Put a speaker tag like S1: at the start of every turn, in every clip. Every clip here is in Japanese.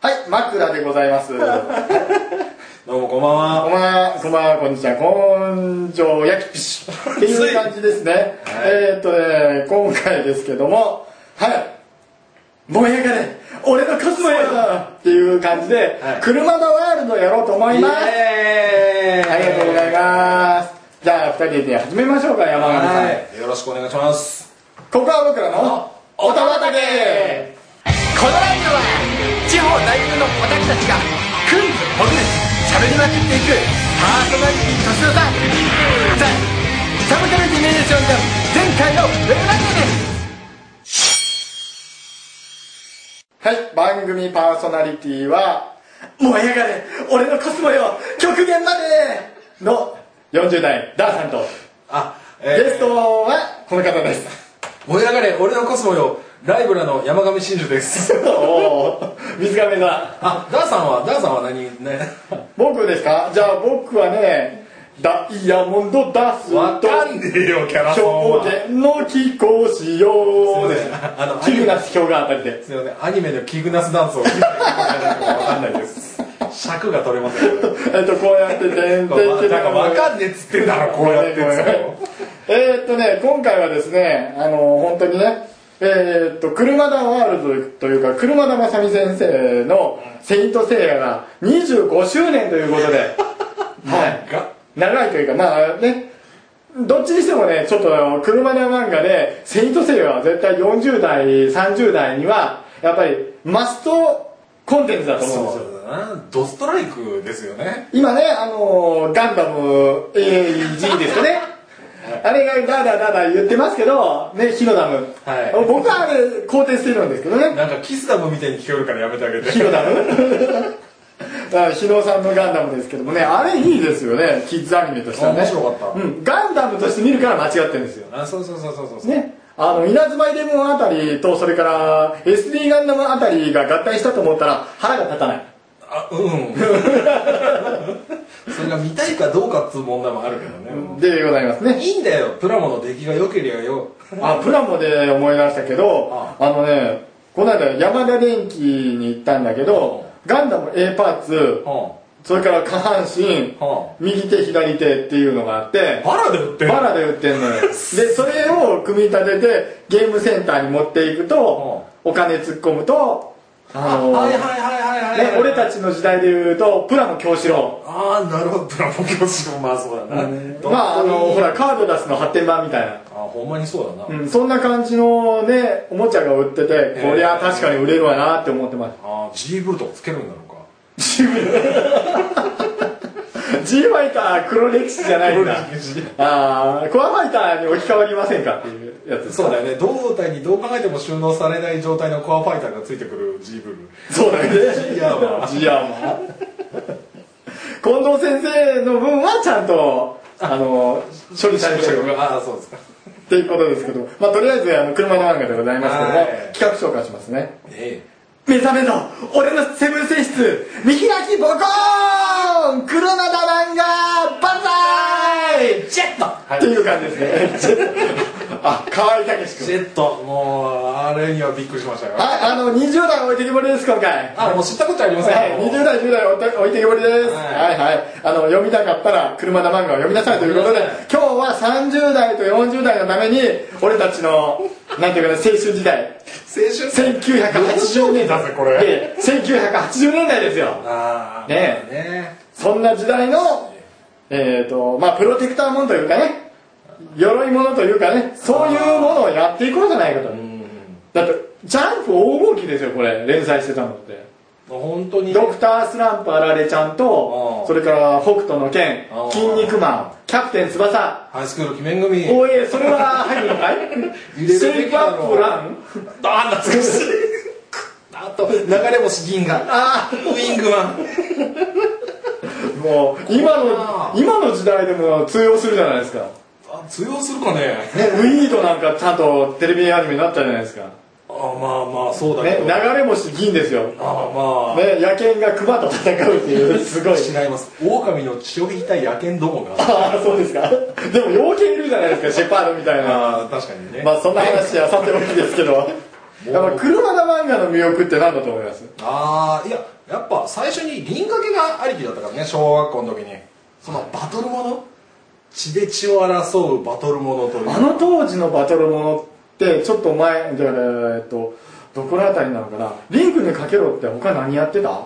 S1: はい、枕でございます。こ んばん
S2: どうもこんばんは。
S1: は、こんばんは、こんにちは、こんじょうやきぴし。っていう感じですね。えーっとね、今回ですけども、はい、燃え上がれ俺のコスモやっていう感じで、
S2: はい
S1: 車のワールドやろうと思います。
S2: エーイ
S1: ありがとうございます。じゃあ、二人で始めましょうか、山上さん。
S2: はい。よろしくお願いします。
S1: ここは僕らの音畑
S3: このライブは地方在住のオタクたちがくんずほぐるしゃべりまくっていくパーソナリティ年の差ザ・サブカルディメンションが前回のウェブラジオです
S1: はい、番組パーソナリティは、燃え上がれ俺のコスモよ極限までの40代、ダーさんと、
S2: あ、え
S1: ゲストはこの方です。
S2: 燃え上がれ、俺のコスモよ。ライブラの山上真珠 です。
S1: おー、水亀だ。
S2: あ、ダーさんは、ダーさんは何ね。
S1: 僕ですかじゃあ僕はね、ダイヤモンドダス
S2: わ
S1: と、
S2: かんねえよ、キャラソン
S1: 狂
S2: は。
S1: 言の貴公子よで
S2: すい
S1: す
S2: ませんあの。
S1: キグナス氷河あたりで。
S2: すいません、アニメのキグナスダンスを見てるかわかんないです。尺が取れません。
S1: えっと、 こうやって全然
S2: なんかわかんねえっつってんだろ、こうやってんすよ。
S1: えーっとね、今回はですね、あの本当にね、えーっと、車田ワールドというか、車田正美先生のセイントセイヤが25周年ということ で、はい。
S2: が
S1: 長いというか、まあね、どっちにしてもね、ちょっとあの車田漫画で、セイントセイヤは絶対40代、30代には、やっぱりマストコンテンツだと思うんですよ。
S2: そうだな、ドストライクですよね。
S1: 今ね、あのーガンダム AG ですよね。あれがダーダーダーダー言ってますけど、ね、ヒロダム。
S2: はい
S1: 僕はあれ、肯定してるんですけどね。
S2: なんかキスダムみたいに聞こえるからやめてあげて。
S1: ヒロダ ム。だからヒロさんのガンダムですけどもね、あれいいですよね、キッズアニメとしてはね。
S2: 面白かった
S1: うん、ガンダムとして見るから間違ってるんですよ。
S2: あ、そうそうそうそうそう。
S1: ね。あの、稲妻イレブンあたりと、それから SD ガンダムあたりが合体したと思ったら腹が立たない。
S2: あ、うん。 それが見たいかどうかっつう問題もあるけどね。
S1: でございますね。
S2: いいんだよ、プラモの出来が良けりゃよ。
S1: あプラモで思い出したけどあ
S2: あ
S1: のねこの間山田電機に行ったんだけどガンダム A パーツ
S2: は
S1: それから下半身
S2: あ、は
S1: 右手左手っていうのがあって
S2: あ。バラで売ってる
S1: バラで売ってんのよ でそれを組み立ててゲームセンターに持っていくとお金突っ込むとあの
S2: はいはいはいはいはい。
S1: ね、俺た
S2: ち。
S1: ちの時代でいうとプラの京志郎
S2: ああ、なるほど、プラモ教師もまあそうだな。
S1: まああのほらカード出すの発展版みたいな
S2: あ、ほんまにそうだな。
S1: うん、そんな感じのねおもちゃが売ってて
S2: え
S1: こりゃ確かに売れるわなって思ってま
S2: ああ、G ブルとかつけるんだろうか。
S1: す G ファイター黒歴史じゃないんだああコアファイターに置き換わりませんかっていうやつ
S2: そうだよね、胴体にどう考えても収納されない状態のコアファイターがついてくる G ブ ル。
S1: そうだよね
S2: いやまあ
S1: いやまあ近藤先生の分はちゃんとあの処理されてる
S2: ああ、そうですか。
S1: っていうことですけど、まあ、とりあえずあの車の漫画でございますけども、
S2: はい
S1: 企画紹介しますね
S2: え
S1: 目覚めろ俺のセブン選出見開きボコーン黒灘漫画万歳
S2: え。ジェット
S1: っていう感じですねあ河合武志
S2: ジ
S1: 君
S2: ェット、もう、あれにはびっくりしましたよ。
S1: ああの20代置いてきぼりです今回
S2: あ、もう知ったことありません。
S1: はい、20代、10代置いて置いてけぼりです、
S2: は
S1: はい
S2: い
S1: はいあの読みたかったら車田漫画を読みなさいということで
S2: 読みなさ
S1: 今日は30代と40代のために俺たちのなんていうかね青春時代
S2: 青春
S1: 1980年代
S2: だぜこれ
S1: ええ1980年代ですよ
S2: あー
S1: ね
S2: まあね
S1: そんな時代の、えっ、と、まあ、プロテクターものというかね、鎧ものというかね、そういうものをやっていこうじゃないかと。だって、ジャンプ黄金期ですよ、これ、連載してたのって。
S2: 本当に
S1: ドクタースランプあられちゃんと
S2: う、ん
S1: それから北斗の剣
S2: う、ん
S1: 筋肉マン、キャプテン翼、
S2: ハイスクール鬼面組
S1: おいえ、それは入るのかい
S2: 入れ
S1: シ
S2: る
S1: ェ
S2: べ
S1: イ
S2: き
S1: プア
S2: だ
S1: ッ
S2: ろ
S1: プラン
S2: あー懐かしいあと流れ星銀河
S1: あ
S2: ウィングマン
S1: あ、もう、今の、今の時代でも通用するじゃないですか。
S2: あ通用するか
S1: ね、
S2: ね
S1: ウィードなんかちゃんとテレビアニメになったじゃないですか。
S2: あまあまあそうだ
S1: ね、
S2: けど、
S1: 流れ星銀ですよ、ね、
S2: あまあ、
S1: 野犬が熊と戦うっていうすごい
S2: 違います狼の血を引いた野犬どもが
S1: ああそうですかでも妖犬いるじゃないですかシェパードみたいな
S2: あー確かにね、
S1: まあそんな話はさておきですけどやっぱ車田漫画の魅力って何だと思います
S2: ああいやややっぱ最初に輪掛けがありきだったからね小学校の時にそのバトルもの血で血を争うバトルものという
S1: あの当時のバトルものってちょっと前だからえっとどこら辺りなのかなリンクにかけろって他何やってた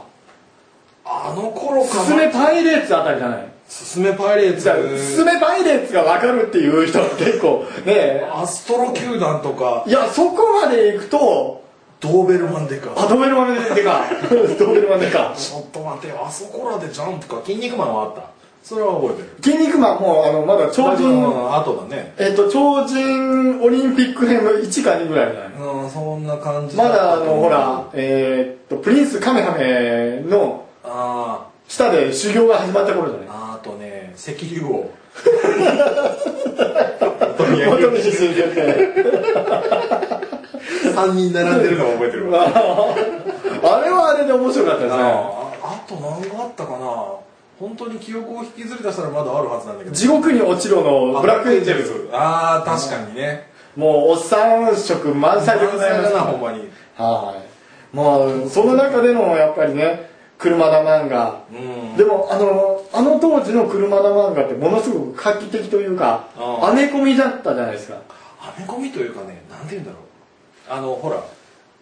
S2: あの頃か
S1: ス
S2: な
S1: スメパイレーツあたりじゃない
S2: すすめパイレーツ
S1: じゃあススメパイレーツが分かるっていう人は結構ね
S2: アストロ球団とか
S1: いやそこまで行くと
S2: ドーベルマンデカ
S1: あドベルマンでか ドベルマンでか
S2: ちょっと待てよあそこらでジャンプか筋肉マンはあったそれは覚えてる
S1: 筋肉マンもあのまだ超
S2: ラジオ
S1: 人
S2: の後だね
S1: えっと超人オリンピック編の1か2ぐらいじゃない
S2: うんそんな感じ
S1: まだあ
S2: った
S1: の
S2: と思う
S1: ほらえーっとプリンスカメハメの
S2: あ
S1: 下で修行が始まった頃じゃない
S2: ーあとね石油 王
S1: 元に進んで て
S2: 3人並んでるのを覚えてるわ
S1: あれはあれで面白かったですね
S2: ああと何があったかな本当に記憶を引きずり出したらまだあるはずなんだけど
S1: 地獄に落ちろのブラックエンジェルズ
S2: ああ確かにね
S1: もうおっさん色満載でございます
S2: だなほんまに
S1: はいまあその中でのやっぱりね車田漫画
S2: うん
S1: でもあのあの当時の車田漫画ってものすごく画期的というか
S2: ああ
S1: アメコミだったじゃないですか
S2: はめ込みというかねなんて言うんだろうあのほら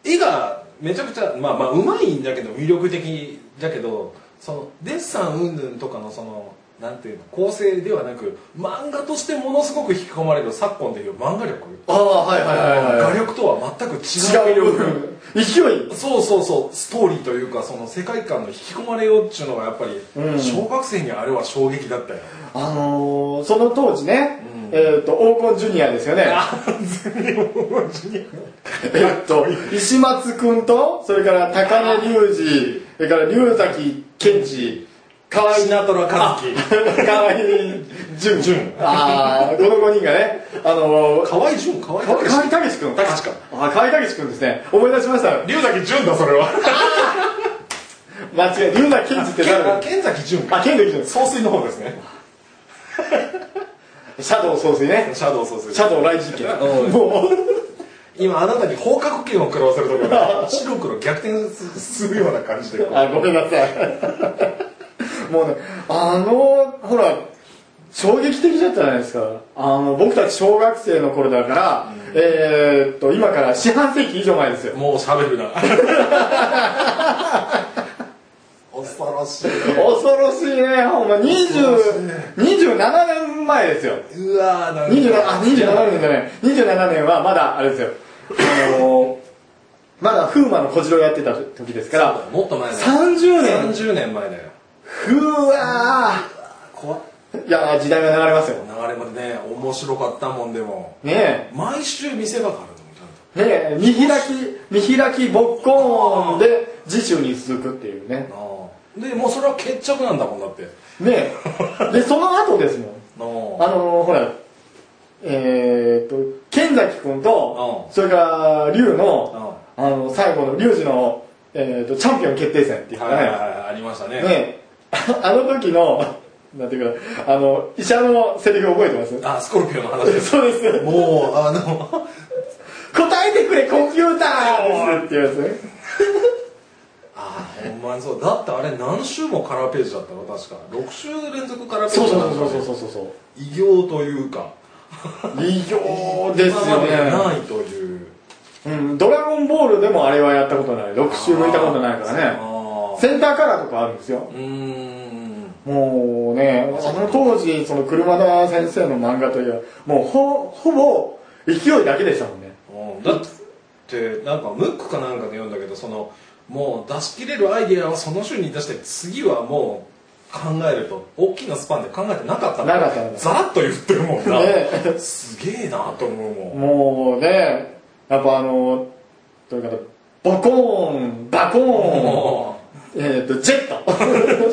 S2: 絵がめちゃくちゃまあまあうまいんだけど魅力的だけどそのデッサン云々とかのそのなんていうの構成ではなく漫画としてものすごく引き込まれる昨今でいう漫画力、
S1: ああはいはい
S2: 画力とは全く違
S1: 違
S2: う
S1: う部分勢い
S2: そうそうそうストーリーというかその世界観の引き込まれようっちゅうのがやっぱり、
S1: うん
S2: 小学生にあれは衝撃だったよ
S1: あのーその当時ね、
S2: うん
S1: えっ、と黄金ジュニアですよねえっと石松君とそれから高根隆二それから龍崎健二河合
S2: シナトラカズ キ
S1: 河合淳
S2: 淳
S1: ああこの5人がねあのー、
S2: 河合純河合
S1: 河合
S2: 隆
S1: 武志君
S2: 武志君
S1: あ河合武志君ですね思い出しました
S2: 龍崎純だそれは
S1: 間違え龍崎健二って誰
S2: 剣崎純か
S1: あ健二君です
S2: 総帥の方ですね
S1: シャドウ総帥ね
S2: シャドウ総帥
S1: シャドウ雷神
S2: う
S1: 剣
S2: ん
S1: もう
S2: 今あなたに方角剣を食らわせるところが白黒逆転するような感じで
S1: あごめんなさいもうねあのほら衝撃的だったじゃないですかあの僕たち小学生の頃だから、えーっと今から四半世紀以上前ですよ
S2: もう 喋るな恐ろしい
S1: 恐ろしいねほんま
S2: 恐
S1: 20 27年前ですよ
S2: うわーなん
S1: 27あ27年じゃない27年はまだあれですよあのまだ風魔の小次郎やってた時ですから
S2: もっと前だよ
S1: 30年
S2: 30年前だよ
S1: ふわ
S2: 怖っ
S1: ーいや時代が流れますよね
S2: 流れまでね面白かったもんでも
S1: え
S2: 毎週店ばかあるのみたいな
S1: ねえ見開き見開きぼっこんで次週に続くっていうね
S2: ああでもうそれは決着なんだもんだってな
S1: ねえでその後ですもんあ
S2: あ
S1: のーほらえー、っと剣崎君と
S2: うん
S1: それから龍のあの最後の龍二の、えーっとチャンピオン決定戦っていうか
S2: はいはい
S1: ね
S2: はいありました
S1: ね
S2: ね
S1: えあの時のなんていうかあの医者のセリフ覚えてます
S2: あスコルピオンの話 です
S1: そうです
S2: もうあの
S1: 答えてくれコンピューターですっていうやつね
S2: あほんまにそうだってあれ何週もカラーページだったの確か6週連続カラーペ
S1: そ
S2: ー
S1: う
S2: ジ
S1: そう
S2: だったの
S1: そうそうそうそう
S2: 偉業というか
S1: 異常ですよ
S2: 今ま
S1: ね、
S2: でにないという
S1: うん、ドラゴンボールでもあれはやったことない6周抜いたことないからね
S2: ああ
S1: センターカラーとかあるんですよ
S2: うーん
S1: もうねあの当時その車田先生の漫画といえばもうほほぼ勢いだけでしたもんね
S2: うんだってなんかムックかなんかで読んだけどそのもう出し切れるアイデアはその週に出して次はもう考えると大きなスパンで考えてなかった
S1: なかったな
S2: ざらっと言ってるもんな、
S1: ね
S2: すげえなと思うも
S1: も
S2: ん
S1: うねやっぱあのというかボコーンバ コーン
S2: も
S1: えっとジェット ジェッ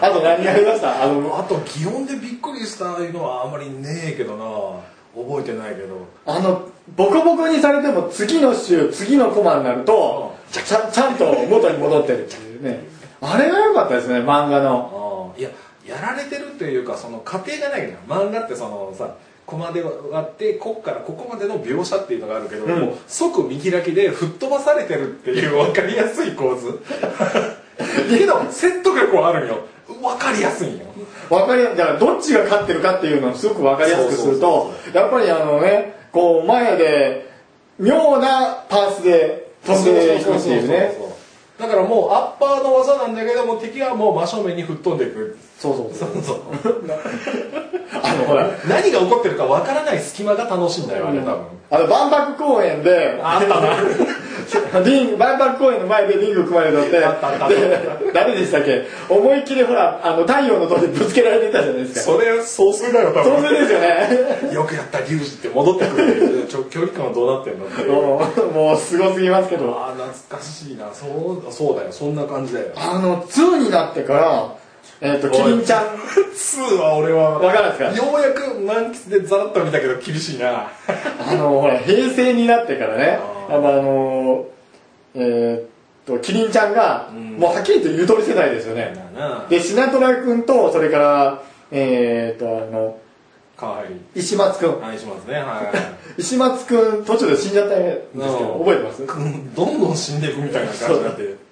S1: トあと何がありましたあ
S2: う
S1: の
S2: あと擬音でびっくりしたいうのはあんまりねえけどな覚えてないけど
S1: あのボコボコにされても次の週次のコマになるとちゃちゃちゃんと元に戻ってるっていうねあれが良かったですね漫画の
S2: ああいややられてるというかその過程がないじゃん漫画ってそのさコマで割ってこっからここまでの描写っていうのがあるけど、
S1: うん
S2: もう即見開きで吹っ飛ばされてるっていう分かりやすい構図けど説得力はあるんよ分かりやすいんよ
S1: わかりやだからどっちが勝ってるかっていうのをすごく分かりやすくすると
S2: そうそう
S1: やっぱりあのねこう前で妙なパースで飛んでいくっていうね
S2: そうそうそうそうだからもうアッパーの技なんだけども敵はもう真正面に吹っ飛んでいく
S1: そうそうそ
S2: そううそう
S1: あのほら
S2: 何が起こってるか分からない隙間が楽しいんだよあれ多分
S1: あの万博公園で
S2: あったな
S1: リング万博公園の前でリング組まれたって
S2: あったあったあった
S1: で誰でしたっけ思いっきりほらあの太陽の塔でぶつけられてたじゃないですか
S2: それ総数だよ多
S1: そう
S2: 分
S1: ですよ ね
S2: よくやったリュウジって戻ってくるちょ距離感はどうなってんのって
S1: もうもうすごすぎますけど
S2: ああ懐かしいなそうそうだよそんな感じだよ
S1: あの2になってからえっ、と
S2: おい
S1: キリンちゃん
S2: 2は俺は
S1: わからんすか
S2: ようやく満喫でザラッと見たけど厳しいな
S1: あのほら平成になってからね
S2: あ
S1: あのあのえーっとキリンちゃんが、
S2: ん
S1: もうはっきりとゆとり世代ですよね
S2: な
S1: でシナトラ君とそれからえー、っとあの
S2: かわいい
S1: 石松君
S2: 愛しますねは
S1: 石松君途中で死んじゃったんですけ
S2: う
S1: ど
S2: ん
S1: 覚えて ます
S2: いどんどん死んでいくみたいな感じになって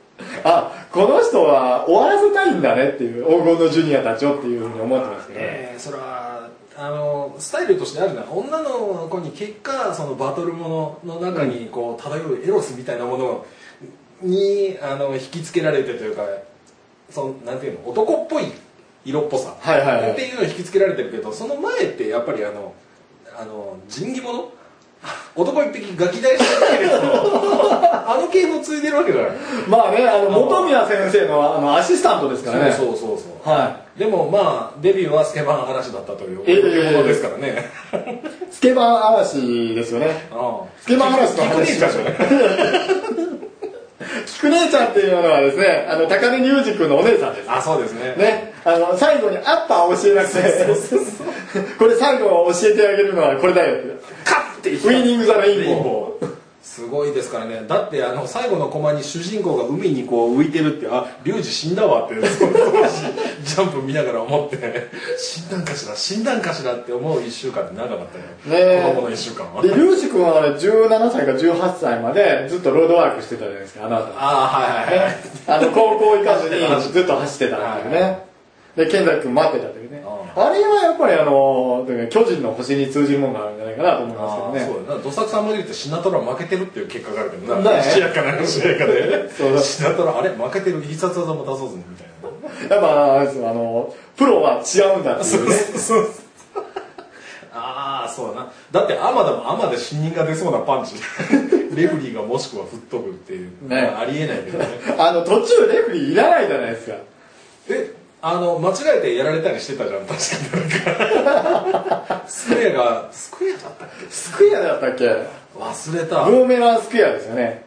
S1: あこの人は終わらせたいんだねっていう黄金のジュニアたちをっていうふうに思ってますけど、ね、
S2: えーそれはあのスタイルとしてあるな女の子に結果そのバトルものの中にこう漂うエロスみたいなものにあの引きつけられてというかそのなんていうの男っぽい色っぽさ
S1: はいはいはい
S2: っていうのに引きつけられてるけどその前ってやっぱりあのあの仁義者男一匹ガキ大してるけれどもあの系もついでるわけじゃない
S1: まあねあの
S2: あの
S1: 本宮先生のあのアシスタントですからね
S2: そうそうそうそう
S1: は
S2: でもまあデビューはスケバン嵐だったという
S1: ええ
S2: いうことですからね。
S1: いスケバン嵐ですよね
S2: ああ
S1: スケバン嵐の
S2: 聞くね
S1: 話
S2: えじゃんそれ
S1: 菊姉ちゃんっていうのはですねあの高根裕二君のお姉さんです
S2: あそうですね。
S1: ねあの最後にアッパー教えなくて これ最後教えてあげるのはこれだよって
S2: カッて
S1: ウィニング・ザ・レインボー
S2: すごいですからね。だってあの最後のコマに主人公が海にこう浮いてるってあリュウジ死んだわって その当時ジャンプ見ながら思って死んだんかしら死んだんかしらって思う一週間って長かったよ。
S1: ねえ
S2: 子供の一週間は
S1: で。リュウジ君はあれ17歳か18歳までずっとロードワークしてたじゃないですかあなた
S2: ああはいはいはい。
S1: あの 高校行かずにずっと走ってたっていうねで健太君待ってたっていうね
S2: う
S1: あれはやっぱりあの巨人の星に通じるものがあるんじゃないかなと思い
S2: あ
S1: ま
S2: あ
S1: すけどね
S2: そうだな、どさくさんまで言ってシナトラ負けてるっていう結果があるけどな、
S1: ね
S2: 試合かなんか試合かで
S1: そうだ
S2: シナトラあれ負けてる必殺技も出そうぜみたいな
S1: やっぱあれですよあのプロは違うんだっていうね
S2: そうそう ああそうだなだってアマだもアマで死人が出そうなパンチ レフリーがもしくは吹っ飛ぶっていう、
S1: ね
S2: ありえないけどね
S1: あの途中レフェリーいらないじゃないですか
S2: えあの間違えてやられたりしてたじゃん確かなんかスクエアがスクエアだったっ
S1: スクエアだったっけ
S2: け忘れ
S1: ブ
S2: た
S1: ーメランスクエアですよね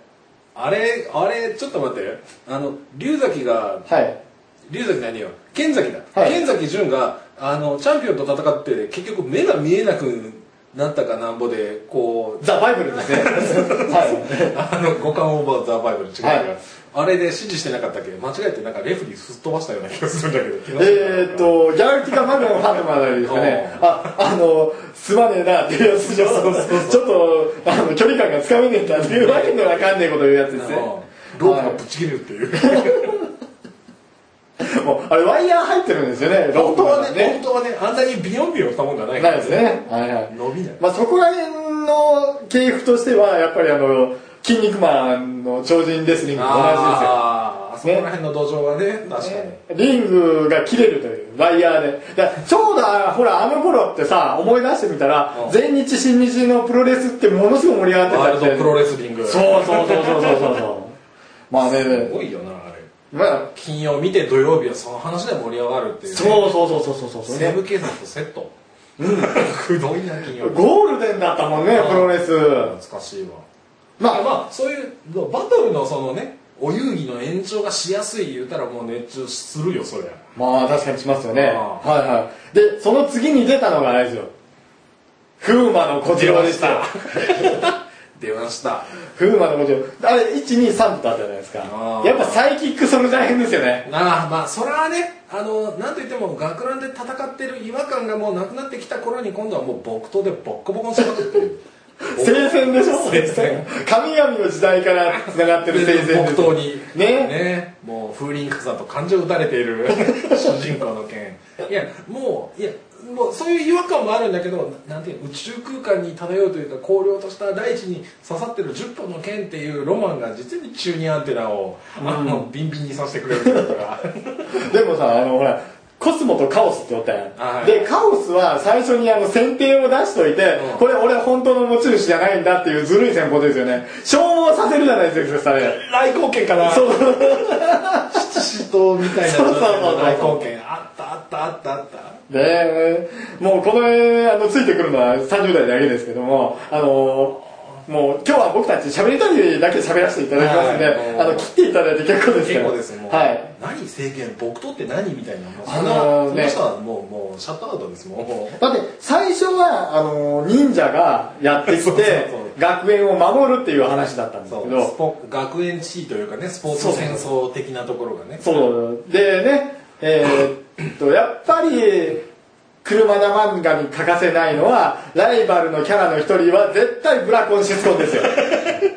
S2: あれあれちょっと待ってあの龍崎が
S1: はい
S2: 龍崎何よ剣崎だ、
S1: はい
S2: 剣崎潤があのチャンピオンと戦って結局目が見えなくなったかなんぼでこう
S1: ザ・バイブルですね はい
S2: あの五感オーバーザ・バイブル違う違う、
S1: はい
S2: あれで指示してなかったっけ間違えてなんかレフェリーすっ飛ばしたような気がするんだけど気のせい
S1: えーっと、ギャラクティカマグナムファンマあたりですかね。
S2: お
S1: あ、あの、すまねえなっていうやつでしょ。ちょっと、あの、距離感がつかめねえんだっていうわけのわかんねえこと言うやつですね。
S2: ロープがぶち切れるっていう、
S1: もう、あれワイヤー入ってるんですよね、ロッ
S2: 本
S1: プ
S2: 当
S1: が
S2: はね
S1: ね。
S2: 本当はねあんなにビヨンビヨンしたもんじゃないか
S1: ない
S2: ら
S1: ですね。はいはい。
S2: 伸びない
S1: まあ、そこら辺の系譜としては、やっぱりあの、筋肉マンの超人レスリングと同
S2: あーあそこら辺の土壌はね
S1: じ
S2: 確
S1: です
S2: か
S1: よ
S2: に、
S1: ね。リングが切れるという、ワイヤーで。だからちょうどあ、ほら、あの頃ってさ、思い出してみたら
S2: う、ん
S1: 全日、新日のプロレスってものすごい盛り上
S2: ワ
S1: が
S2: ー
S1: って
S2: ル
S1: たって
S2: ドプロレスリング
S1: そうそうそうそうそうそうそう。まあね、
S2: すごいよなあれ
S1: まあ、
S2: 金曜見て土曜日はその話で盛り上がるっていうね、
S1: そうそうそうそうそうそう、
S2: 西部警察とセットうん くどいな金曜日
S1: ゴールデンだったもんね、
S2: あー
S1: プロレス。
S2: 懐かしいわ
S1: まあ、
S2: まあそういうバトルのそのねお遊戯の延長がしやすい言うたらもう熱中するよそりゃ
S1: まあ確かにしますよね。
S2: あー
S1: はいはい。で、その次に出たのがあれですよ。風魔の小次郎でしたよ。
S2: 出ました
S1: 風魔の小次郎。あれ、1、2、3とあったじゃないですか
S2: あ。ー
S1: やっぱサイキックソルジャー編ですよね。
S2: ああまあそれはねあのなんといっても学ランで戦ってる違和感がもうなくなってきた頃に今度はもう木刀でボッコボコにしまくってる
S1: 聖戦でしょ
S2: 聖戦
S1: 神々の時代からつながってる聖戦です
S2: 木刀に
S1: ね
S2: ねもう風林火山と感情打たれてい る主人公の剣いやもういやもうそういう違和感もあるんだけどななんていうの宇宙空間に漂うというか荒涼とした大地に刺さってる10本の剣っていうロマンが実に中二アンテナを、あのビンビンにさせてくれるというか
S1: でもさあのほらコスモとカオスっておったやん、
S2: はい
S1: でカオスは最初にあの選定を出しといて、
S2: うん
S1: これ俺本当の持ち主じゃないんだっていうずるい戦法ですよね消耗させるじゃないですかそれ
S2: 来光剣から
S1: そう
S2: 七とみたいな
S1: そうそうそうそう
S2: 来光剣あったあったあったあった
S1: でもうこのあのついてくるのは30代だけですけどもあのもう今日は僕たち喋りたいだけ喋らせていただきますんで、
S2: はい
S1: あの切っていただいて結構ですか
S2: 結
S1: ら
S2: 構ですもう、
S1: はい
S2: 何政権僕とって何みたいなもう
S1: あ
S2: そんな、
S1: のーね
S2: その人はもうもうシャットアウトですもんもう
S1: だって最初はあの忍者がやってき
S2: そうそう
S1: て
S2: そう
S1: 学園を守るっていう話だったんです
S2: そ
S1: け
S2: う
S1: ど
S2: スポ学園地位というかねスポーツ戦争的なところがね
S1: そうでねえーっとやっぱり車田漫画に欠かせないのはライバルのキャラの一人は絶対ブラコンシスコン ですよ
S2: 確かに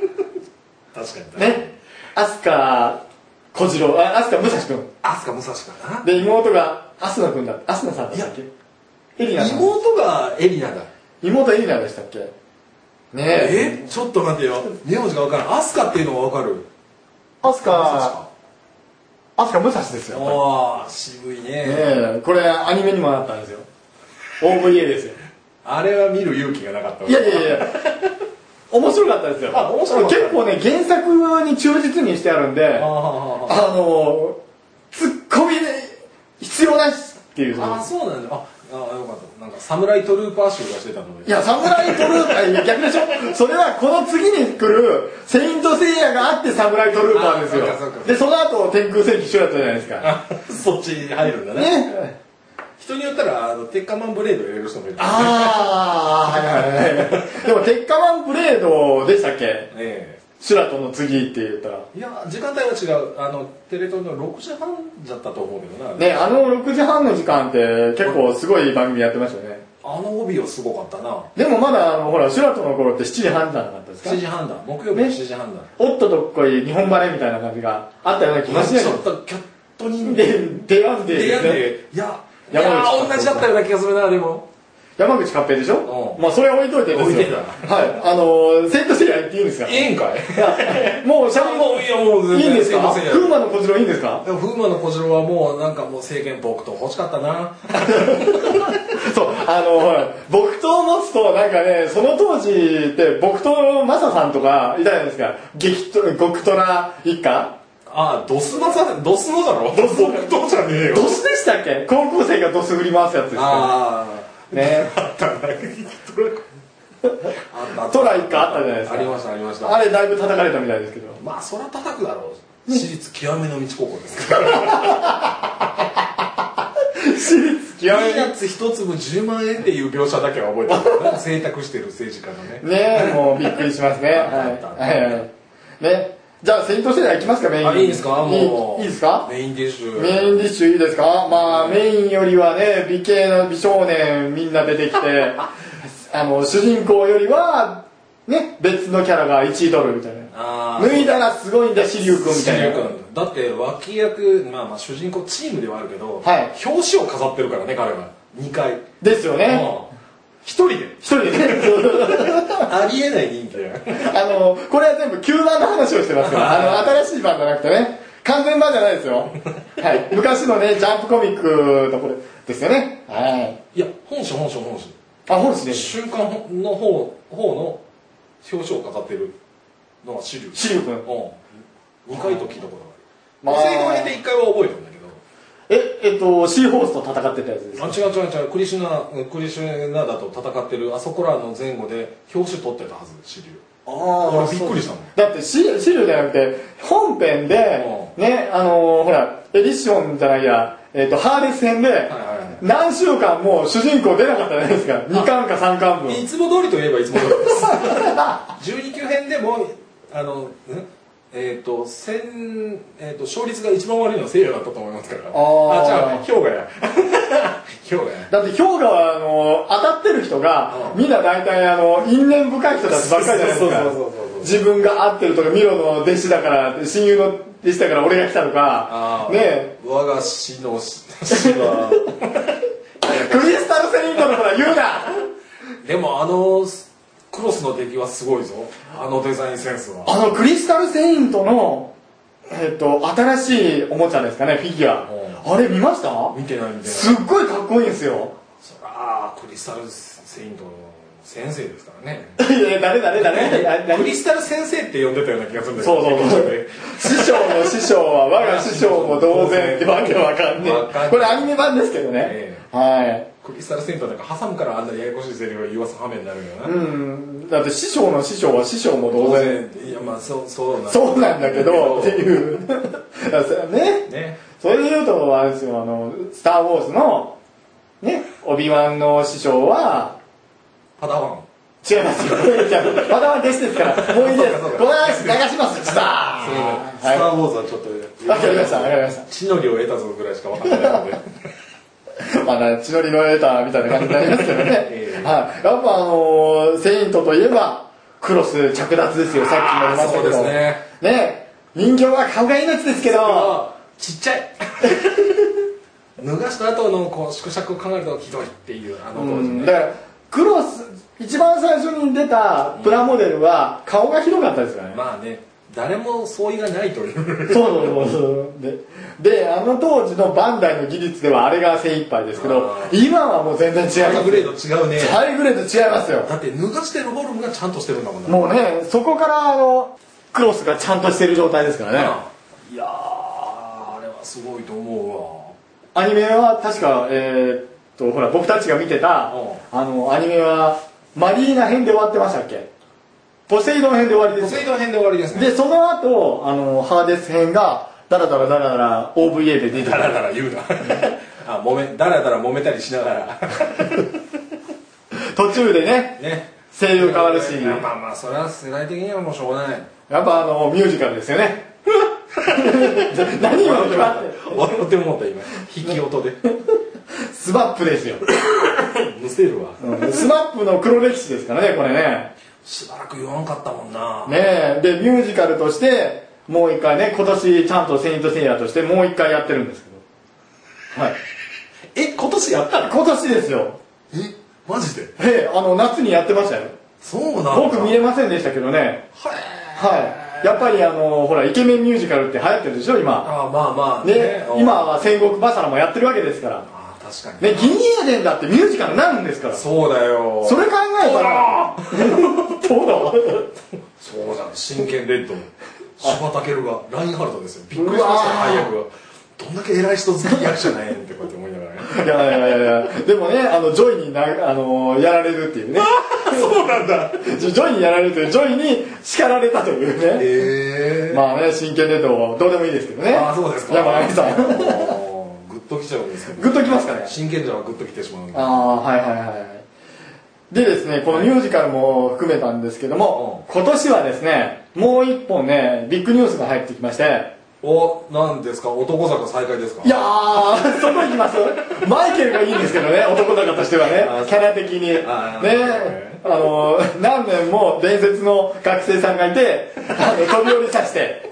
S2: 確かに
S1: ね飛鳥小次郎あ飛鳥武蔵君
S2: 飛鳥武蔵か
S1: で妹が飛鳥君だ飛鳥さんだったっけエリナ
S2: な
S1: さん
S2: 妹がエリナだ
S1: 妹エリナでしたっけねえ
S2: えちょっと待ってよ名字が分からん飛鳥っていうのが分かる
S1: 飛鳥
S2: 確
S1: 飛
S2: か
S1: 鳥武蔵ですよやっぱり
S2: おー渋いね
S1: ねえこれアニメにもなったんですよ OVA ですよ
S2: あれは見る勇気がなかったわ
S1: いやいやいや面白かったですよ
S2: あ面白かった
S1: 結構ね原作に忠実にしてあるんで
S2: あ
S1: あ
S2: ーはーはーはー
S1: のツッコミ必要ないっすっていう
S2: あーそうなんだああーよかったなんか侍トルーパー集がしてたので
S1: いや、侍トルーパー、いや逆でしょそれはこの次に来る、セイントセイヤがあって侍トルーパーですよ
S2: あそうかそう。か
S1: で、その後、天空戦記一緒だったじゃないですか。
S2: あ そっちに入るんだね
S1: ね。
S2: 人によったらあの鉄火マンブレードを入れる人もいる
S1: あー、はいはい はい。でも、鉄火マンブレードでしたっけ
S2: え
S1: シュラトンの次って言ったら。
S2: えいや時間帯は違うあのテレ東の6時半だったと思うけどな、
S1: ね、あの6時半の時間って結構すごい番組やってましたよね。
S2: あの帯はすごかったな
S1: でもまだ、あの、ほら、シュラトンの頃って7時半じゃなかったですか
S2: 7時半だ木曜日の7時半だ、
S1: おっとどっこい日本バレーみたいな感じがあったような気がしない
S2: ちょっとキャットに
S1: で、出会うんで
S2: 出
S1: す
S2: 会っ
S1: ね。
S2: ていやい
S1: 山口
S2: や
S1: さん
S2: ー同じだったような気がするなでも
S1: 山口勝平でしょ
S2: うん
S1: まあそれは置いといてですよ
S2: 置いてた
S1: はいあのーセイントセイヤ言っていいんですか
S2: いいんかい
S1: もうしゃべ
S2: もういやもう全
S1: いい
S2: 然
S1: んですか
S2: セイントセイヤ
S1: 風磨の小次郎いいんですか
S2: でも風磨の小次郎はもうなんかもう政権僕と欲しかったな
S1: そうあのーほら木刀を持つとなんかねその当時って木刀のマサさんとかいたじゃないですか激と極トラ一家
S2: あードスマさドスのだろドスのじゃねえ
S1: ドスでしたっけ高校生がドス振り回すやつですか
S2: あ
S1: ね
S2: ああったんだけど
S1: トラ一家あったじゃないですか
S2: ありましたありました
S1: あれだいぶ叩かれたみたいですけど
S2: まあそら叩くだろう私立極めの道高校 ですから
S1: 私立極め
S2: ピーナッツ一粒10万円っていう描写だけは覚え てるなんか請託してる政治家のね
S1: ねえ、もうびっくりしますね。はい
S2: あったあった
S1: はいはい。ね。じゃあ、セイントセイヤ行きますか、メイン。
S2: あいいんですかも
S1: い
S2: う
S1: いいいですか
S2: メインディッシュ
S1: メインディッシュいいですかまあ、メインよりはね、美形の美少年みんな出てきて、 あの、主人公よりは、ね、別のキャラが1位取るみたいな。
S2: あ
S1: 脱いだらすごいんだ、シリュウ君みたいな。
S2: 君だって脇役まあまあ主人公チームではあるけど、
S1: はい
S2: 表紙を飾ってるからね彼は2回
S1: ですよね。
S2: もう一人で
S1: 一人でね。
S2: ありえない人気だよ
S1: あの、これは全部旧版の話をしてますから、あの、新しい版じゃなくてね、完全版じゃないですよ。はい。昔のね、ジャンプコミックのこれですよね。はい。
S2: いや本書本書本書
S1: あ、本誌です。
S2: 瞬間の方方の表彰を飾ってるのは資料
S1: シリュウ君。
S2: うん2回と聞いたこと
S1: ま
S2: が
S1: あ
S2: ある正解で1回は覚えたんだけど
S1: え、えっと、シーホースと戦ってたやつです
S2: あ。違う違う違うクリシュナうんクリシュナだと戦ってるあそこらの前後で表紙取ってたはず支流
S1: あ
S2: 俺びっくりしたもん
S1: だってシシールじゃなくて本編でねあのーほらエディションじゃないや、えっとハーレス編で
S2: はいはい
S1: 何週間もう主人公出なかったじゃないですか2巻か3巻分
S2: いつも通りといえばいつも通りです12級編でもあのんえっ、と戦えっ、と勝率が一番悪いのは聖夜だったと思いますから
S1: あー
S2: じゃあ氷河や氷今日ね
S1: だって氷河はあの当たってる人が、
S2: うん
S1: みんな大体あの因縁深い人たちばっかりじゃないですか
S2: そうそうそうそうそう
S1: 自分が合ってるとかミロの弟子だから親友の弟子だから俺が来たと
S2: あ
S1: か
S2: あ
S1: ねえ
S2: 我が死の死は
S1: クリスタルセリントのほら言うな
S2: でもあのクロスの敵はすごいぞあのデザインセンスは
S1: あのクリスタルセイントの、えっと新しいおもちゃですかねフィギュア、あれ見ました
S2: 見てないみたい
S1: す
S2: な
S1: っごいかっこいいんですよ
S2: そらあクリスタルセイントの先生ですからね
S1: いやいや誰誰誰誰
S2: ク
S1: 誰
S2: リスタル先生って呼んでたような気がするんだけ
S1: そ
S2: ど
S1: うそうそう師匠の師匠は我が師匠も同然ってわけわかんね
S2: わか
S1: え
S2: んねえ
S1: これアニメ版ですけどね、
S2: え
S1: はい
S2: クリスタルセイントなんか挟むからあんなややこしいセリフを言わす羽目になるよな、
S1: うんだって師匠の師匠は師匠も同
S2: 当
S1: 然
S2: 然いやまあそうそうなん
S1: そうなんだけ どって
S2: う
S1: いうだからそれはね
S2: ね
S1: それで言うとあれですよあの「スター・ウォーズの」ねオビワンの師匠は
S2: パダワン
S1: 違いますよいやまだまだ弟子ですからもういいです
S2: そうかそうか
S1: この話流しますスター
S2: スタ
S1: は
S2: ー・ウォーズはちょっ
S1: い
S2: と
S1: わかりましたわかりました
S2: 地の利を得たぞぐらいしか分かんない ので
S1: まあ、血のりのエーターみたいな感じになりますけどね
S2: ええ
S1: はい、やっぱあのーセイントといえばクロス着脱ですよさっきも言いましたけど
S2: そうですね
S1: ね人形は顔が命ですけど
S2: ちっちゃい 脱がした後のこう縮尺を考えるとひどいっていうあの
S1: う
S2: 当時
S1: ん
S2: ね
S1: だからクロス一番最初に出たプラモデルは顔がひどかったですからね、
S2: まあね誰も相違がないとい う
S1: そうそうそうそうでであの当時のバンダイの技術ではあれが精一杯ですけど
S2: あ
S1: 今はもう全然違い
S2: ハ
S1: ま
S2: イ
S1: す
S2: グレード 違うね
S1: ハイグレード違いますよ
S2: だって脱がしてるフォルムがちゃんとしてるんだもんな
S1: もうねそこからあのクロスがちゃんとしてる状態ですからね、
S2: いやーあれはすごいと思うわ
S1: アニメは確かえーっとほら僕たちが見てた
S2: うん
S1: あのアニメはマリーナ編で終わってましたっけポセイドン編で終わりで
S2: ポ
S1: す
S2: セイ
S1: よ
S2: ドン編で終わりですね
S1: でその後あのハーデス編がダラダラダラダラ OVA で出て
S2: ダ
S1: た
S2: ラダラ言うな あ揉めダラダラ揉めたりしな がら
S1: 途中でね
S2: ね
S1: 声優変わるし
S2: いやまあまあそれは世代的にはもうしょ うがない
S1: やっぱあのミュージカルですよね何今のか
S2: 笑ってもうた今引き音で
S1: スマップですよ、
S2: むせるわ
S1: うんスマップの黒歴史ですからねこれね
S2: しばらく言わんかったもんな
S1: ねえでミュージカルとしてもう一回ね今年ちゃんと「セイント・セイヤ」としてもう一回やってるんですけどはい
S2: え今年やったの
S1: 今年ですよ
S2: えマジで
S1: ええあの夏にやってましたよ
S2: そうなの
S1: 僕見れませんでしたけどね
S2: は
S1: はいやっぱりあのほらイケメンミュージカルって流行ってるでしょ今
S2: ああまあまあ
S1: ね
S2: うん
S1: 今は戦国バサラもやってるわけですから
S2: ああ確かに
S1: ね銀英伝だってミュージカルになるんですからそ
S2: そうだよ
S1: れ考えたら そうだわ
S2: そうじゃん真剣 レッド柴田健がラインハルトですよびっくりし
S1: う
S2: ま
S1: わ
S2: した
S1: ー
S2: よ配役がどんだけ偉い人好き役者なんやねんってこうやって思いながら
S1: い
S2: ね
S1: やいやいやいやでもねあのジョイになあのやられるっていうね
S2: そうなんだ
S1: ジョイにやられるというジョイに叱られたというね、
S2: ええ
S1: まあね真剣レッドはどうでもいいですけどね
S2: ああそうですか
S1: 山上さん
S2: もうグッときちゃうんですけど
S1: グッときますかね
S2: 真剣じゃグッときてしまうんで
S1: ああはいはいはいでですねこのミュージカルも含めたんですけども、今年はですねもう一本ねビッグニュースが入ってきまして
S2: おなんですか男坂再開ですか
S1: いやーそこ行きますマイケルがいいんですけどね男の方としては
S2: あ
S1: ね
S2: ー
S1: キャラ的にね
S2: あー
S1: あの何年も伝説の学生さんがいてあの飛び降りさせて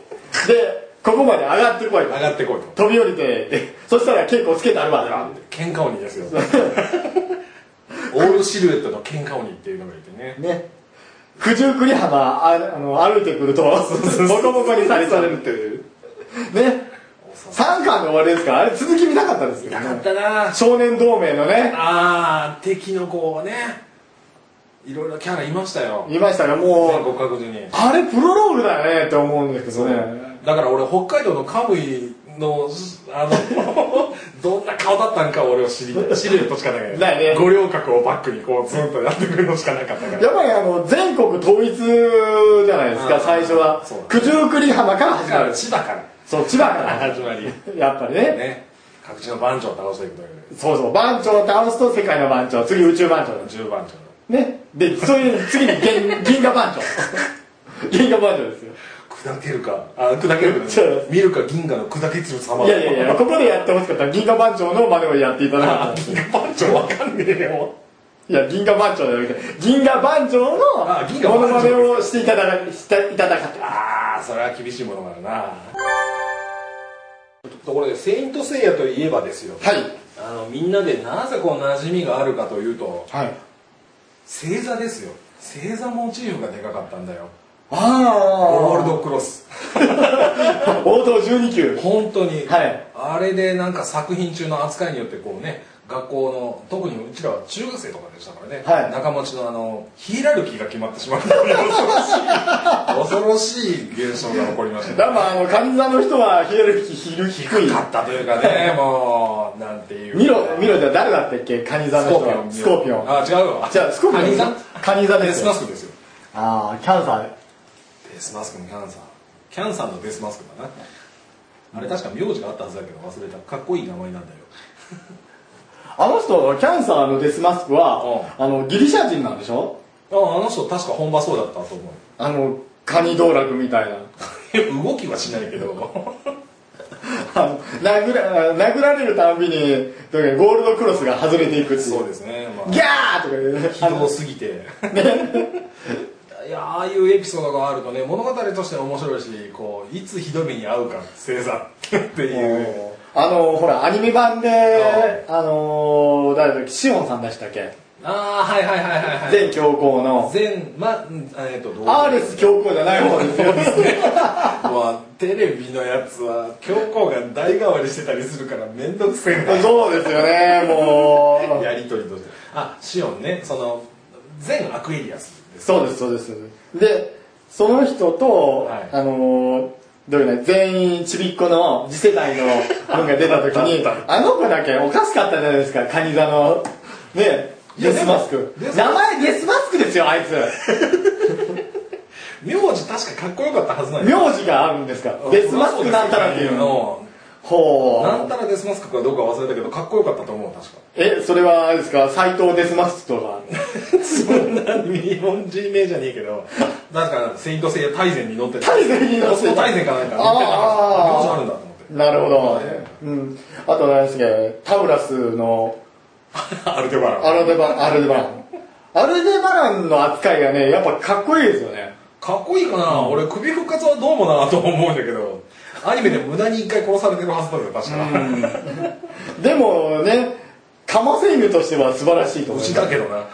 S1: でここまで上がってこいと
S2: 上がってこいと
S1: 飛び降りてってそしたら稽古つけてあるわ
S2: 喧嘩鬼 ですよオールシルエットの喧嘩鬼っていうのがいてね
S1: ね九十九里浜ああの歩いてくるとボコボコにされされるっていうね3巻で終わりですからあれ続き見なかったですけど
S2: な
S1: ね
S2: かったなあ
S1: 少年同盟のね
S2: あー敵の子ねいろいろキャラいましたよ
S1: 見ましたね
S2: 全
S1: もう
S2: 国各地に
S1: あれプロロールだよねって思うんですけどね
S2: だから俺北海道のカムイのあの どんな顔だったんか俺を知り たいシルエットしかなかった
S1: ないね
S2: 五稜郭をバックにこうずンとやってくるのしかなかったから
S1: やっぱりあの全国統一じゃないです
S2: あ
S1: か
S2: ー
S1: 最初は
S2: そうだね
S1: 九十九里浜から
S2: だ
S1: 始
S2: か
S1: ま
S2: ら
S1: る
S2: 千葉から
S1: そう千葉か
S2: 始まり
S1: らやっぱりね
S2: ね各地の番長を倒していくという
S1: そうそう番長を倒すと世界の番長次宇宙番長
S2: 10番長
S1: ねでそういう次に銀銀河番長銀河番長ですよ
S2: 砕けるかあ砕けるか、ね
S1: ちょっ、と
S2: 見るか銀河の砕け散る様
S1: いやいやい やここでやってほしかったら銀河番長の真似をやっていただか
S2: あ
S1: った
S2: 銀河番長わかんねえよ
S1: いや銀河番長じゃなくて銀河番長の
S2: あ銀河
S1: モ
S2: 番
S1: ノ
S2: 長
S1: マネをしていただかしていただかった
S2: ああそれは厳しいものがあるなところで「セイント・セイヤ」といえばですよ
S1: はい
S2: あのみんなでなぜこう馴染みがあるかというと
S1: はい
S2: 星座ですよ星座モチーフがでかかったんだよゴール
S1: あ
S2: ドクロス
S1: あ王道12球
S2: 本当に、
S1: はい
S2: あれでなんか作品中の扱いによってこうね学校の特にうちらは中学生とかでしたからね、
S1: はい
S2: 仲間ちのあのヒエラルキーが決まってしまったので 恐ろしい恐ろしい現象が起こりました
S1: だからあの神座の人はヒエラルキーひる低い
S2: かったというかねもうなんていう
S1: ミロミロじゃ誰だったっけカニ座
S2: ス
S1: の
S2: コ
S1: 人
S2: ーピオ
S1: は
S2: ン
S1: スコーピオン
S2: あ違うわ
S1: じゃあスコーピオン
S2: カニさん
S1: カニ座で
S2: デ
S1: す
S2: ス
S1: よ
S2: マスクですよ
S1: ああキャンサー
S2: デスマスクのキャンさんキャンさんのデスマスクだなあれ確か名字があったはずだけど忘れたかっこいい名前なんだよ
S1: あの人キャンサーのデスマスクは
S2: う
S1: あのギリシャ人なんでしょ
S2: ああの人確か本場そうだったと思う
S1: あのカニ道楽みたいな
S2: 動きはしないけど
S1: あの殴ら殴られるたんびにゴールドクロスが外れていくっていう
S2: そうですねまあ
S1: ギャーとか言うね
S2: ひ
S1: あの
S2: どすぎて いやああいうエピソードがあるとね物語として面白いしこういつひどい目に遭うか星座っていう
S1: あのほらアニメ版であの誰だっけシオンさんでしたっけ
S2: ああはいはいはいはいはい
S1: 全教皇の
S2: 全まうんえっとどう
S1: アーレス教皇じゃない方ですよ
S2: まあテレビのやつは教皇が代替わりしてたりするから面倒くせえな
S1: そうですよねもう
S2: やりとりとしてあシオンねその全アクエリアスです
S1: そうですそうですでその人と、
S2: はい
S1: あのーどれね全員ちびっ子の次世代の分が出た時に あの子だけおかしかったじゃないですかカニ座のね
S2: いや
S1: デスマスク
S2: でもデス
S1: 名前デスマスクですよあいつ
S2: 名字確かかっこよかったはずなんよ
S1: 名字があるんですかデスマスクなんたらっていうの
S2: の
S1: ほ
S2: な
S1: うん
S2: たらデスマスクかどうか忘れたけどかっこよかったと思う確か
S1: えそれはあれですか斎藤デスマスクとか
S2: そんな日本人名じゃねえけどなんかセイントセイヤ大全に乗ってた
S1: 大勢に乗
S2: コ
S1: っ
S2: スモ
S1: て
S2: 大全かなんか乗ってたから
S1: あー
S2: あ名字あるんだと思って
S1: なるほど
S2: ね、
S1: うん、あと何ですかタウラスの
S2: アルテバ
S1: ア
S2: ラン
S1: ルデバアルデバランアルデバランの扱いがねやっぱかっこいいですよね
S2: かっこいいかな、俺首復活はどうもなと思うんだけどアニメで無駄に一回殺されてるはずだよ確か、
S1: でもねカマセイヌとしては素晴らしいと
S2: う
S1: 思い
S2: ち
S1: ま
S2: だけどな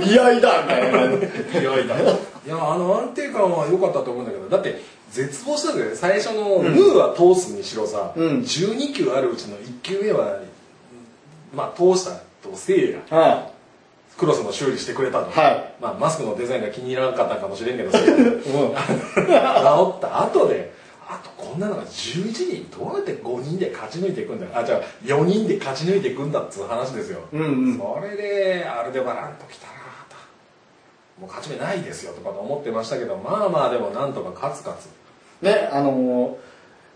S1: すいやいだみたいな感じ
S2: いやいやいやあの安定感は良かったと思うんだけどだって絶望したんだよね最初の「ムーは通す」にしろさ、
S1: うん
S2: 12球あるうちの1球目はまあ通したとせいや
S1: は
S2: クロスも修理してくれたの、
S1: はい
S2: まあ、マスクのデザインが気に入らなかったかもしれんけどそれで
S1: い、うん
S2: 治った後であとこんなのが11人どうやって5人で勝ち抜いていくんだあじゃあ4人で勝ち抜いていくんだっつう話ですよ、
S1: うんうん
S2: それでアルデバランときたなともう勝ち目ないですよとかと思ってましたけどまあまあでもなんとか勝つ勝つ
S1: ねあの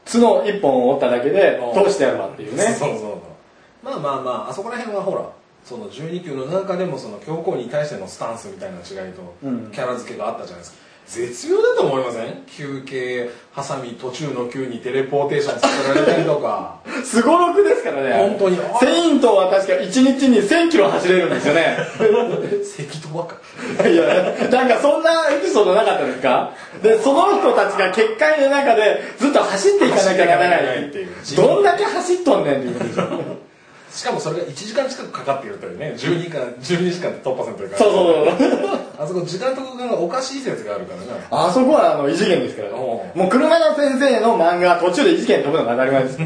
S1: 角一本折っただけで
S2: うん
S1: 通してやるわっていうね
S2: そうそうそうまあまあまああそこら辺はほらその12球の中でもその強行に対してのスタンスみたいな違いと
S1: うん
S2: キャラ付けがあったじゃないですか、絶妙だと思いません休憩挟み途中の球にテレポーテーションさせられたりと か
S1: すごろくですからね
S2: 本当に
S1: セイントは確か1日に1 0 0 0キロ走れるんですよね
S2: 関戸ばっ か
S1: いやなんかそんなエピソードなかったですかでその人たちが結界の中でずっと走っていかなきゃならないっていうどんだけ走っとんねんっていうことでしょ
S2: しかもそれが1時間近くかかっているというね12間12時間で突破せんというか
S1: そうそうそう
S2: あそこ時間とかがおかしい説があるからな
S1: あそこはあの異次元ですからね
S2: おう
S1: もう車の先生の漫画は途中で異次元飛ぶのが当たり前ですで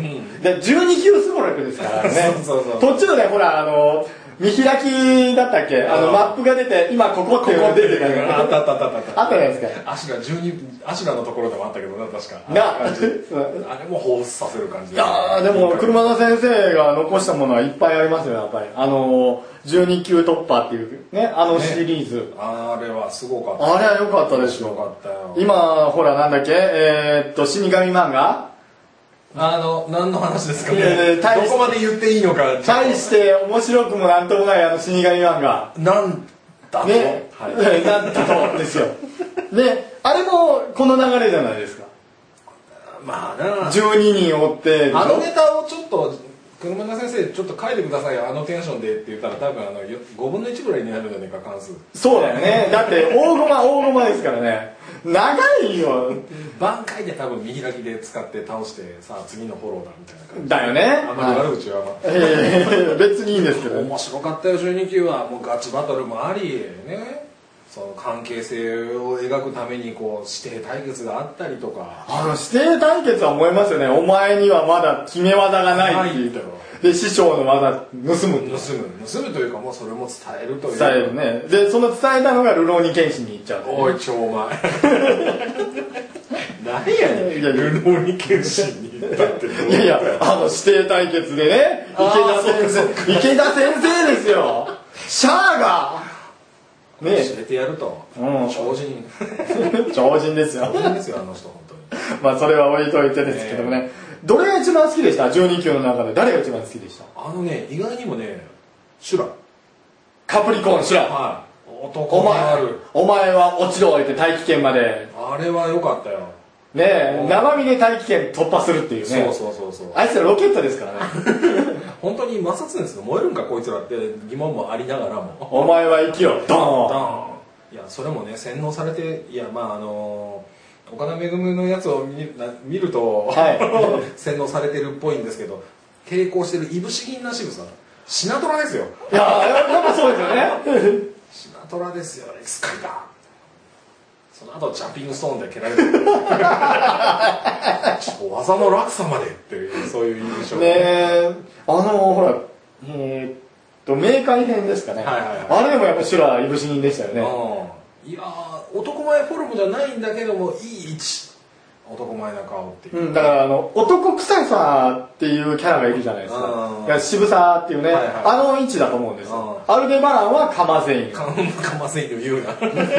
S1: 12級すごろくですからね
S2: そうそうそう
S1: 途中でほらあの見開きだったっけあの
S2: あ
S1: マップが出て今ここっていうのが出てるから
S2: あったあったあったあった
S1: あったじゃないですか
S2: アシュラ12アシュラのところでもあったけどな確か
S1: な
S2: あの感じあれも放出させる感じ
S1: いやーでも車の先生が残したものはいっぱいありますよやっぱりあのー、12級突破っていうねあのシリーズ、
S2: あれはすごかった
S1: あれは良かったでし
S2: よか
S1: ょ
S2: ったよ
S1: 今ほらなんだっけえー、っと死神漫画
S2: あの何の話ですかね
S1: いやいや大し
S2: どこまで言っていいのか
S1: 大して面白くもなんともないあの死神漫画
S2: なんだと、
S1: ね、
S2: はい、
S1: なんだとですよであれもこの流れじゃないですか
S2: まあな
S1: 12人追って
S2: あのネタをちょっと車田先生ちょっと書いてくださいよあのテンションでって言ったら多分あのよ5分の1ぐらいになるんじゃないか関数
S1: そうだよねだって大駒大駒ですからね長いよ
S2: 挽回で多分見開きで使って倒してさあ次のフォローだみたいな感じ
S1: だよね
S2: あんまり悪口はま
S1: いやいやいや別にいいんですけど
S2: 面白かったよ12級はもうガチバトルもありねその関係性を描くためにこう指定対決があったりとか
S1: あの指定対決は思いますよねお前にはまだ決め技がないって言った
S2: ない
S1: で師匠の技盗む
S2: 盗む盗むというかもうそれも伝えるという
S1: 伝えるねでその伝えたのがルローニケンシンに行っちゃうんだよね
S2: おいちょお前 何やねん
S1: いや
S2: ルノーに剣心に行ったってどう
S1: いやいや、あの指定対決でね、
S2: あー
S1: 池田
S2: そ
S1: 先
S2: う
S1: 生、池田先生ですよ。シャアが。ね
S2: 教えてやると、
S1: うん
S2: 超人
S1: え、超人ですよ
S2: 超。人ですよあの人本当に
S1: まあ、それは置いといてですけどもね。どれが一番好きでした ?12 級の中で誰が一番好きでした
S2: あのね意外にもねシュラ
S1: カプリコーン、シュラ。
S2: はい
S1: お
S2: 男
S1: 前
S2: 前ある、
S1: お前は落ちろ言って大気圏まで。
S2: あれは良かったよ、
S1: ねえ、生身で大気圏突破するっていうね。
S2: そうそうそうそう
S1: あいつらロケットですからね。
S2: 本当に摩擦熱で燃えるんかこいつらって疑問もありながらも
S1: お前は生きろ、ド
S2: ダ
S1: ーン。
S2: ーンいやそれもね洗脳されていやまああの岡田恵のやつを見るな見ると、
S1: は
S2: 洗脳されてるっぽいんですけど抵抗してるいぶし銀な仕草シナトラですよ
S1: いやー、やっぱそうです よね。
S2: シナトラですよエクスカリバーその後ジャンピングストーンで蹴 られてるちょっと技の落差までっていうそういう印象
S1: ねえあのほらえーっと明快編ですかね、
S2: はいはい
S1: あれでもやっぱ修羅いぶし銀でしたよね
S2: うんいやー男前フォルムじゃないんだけどもいい位置男前な顔っていう、
S1: うん、だからあの男臭さっていうキャラがいるじゃないです
S2: う
S1: か
S2: ん
S1: いや渋さっていうね、
S2: はいはい
S1: あの位置だと思うんですよアルデバランはカマゼイン
S2: かかませんと言うな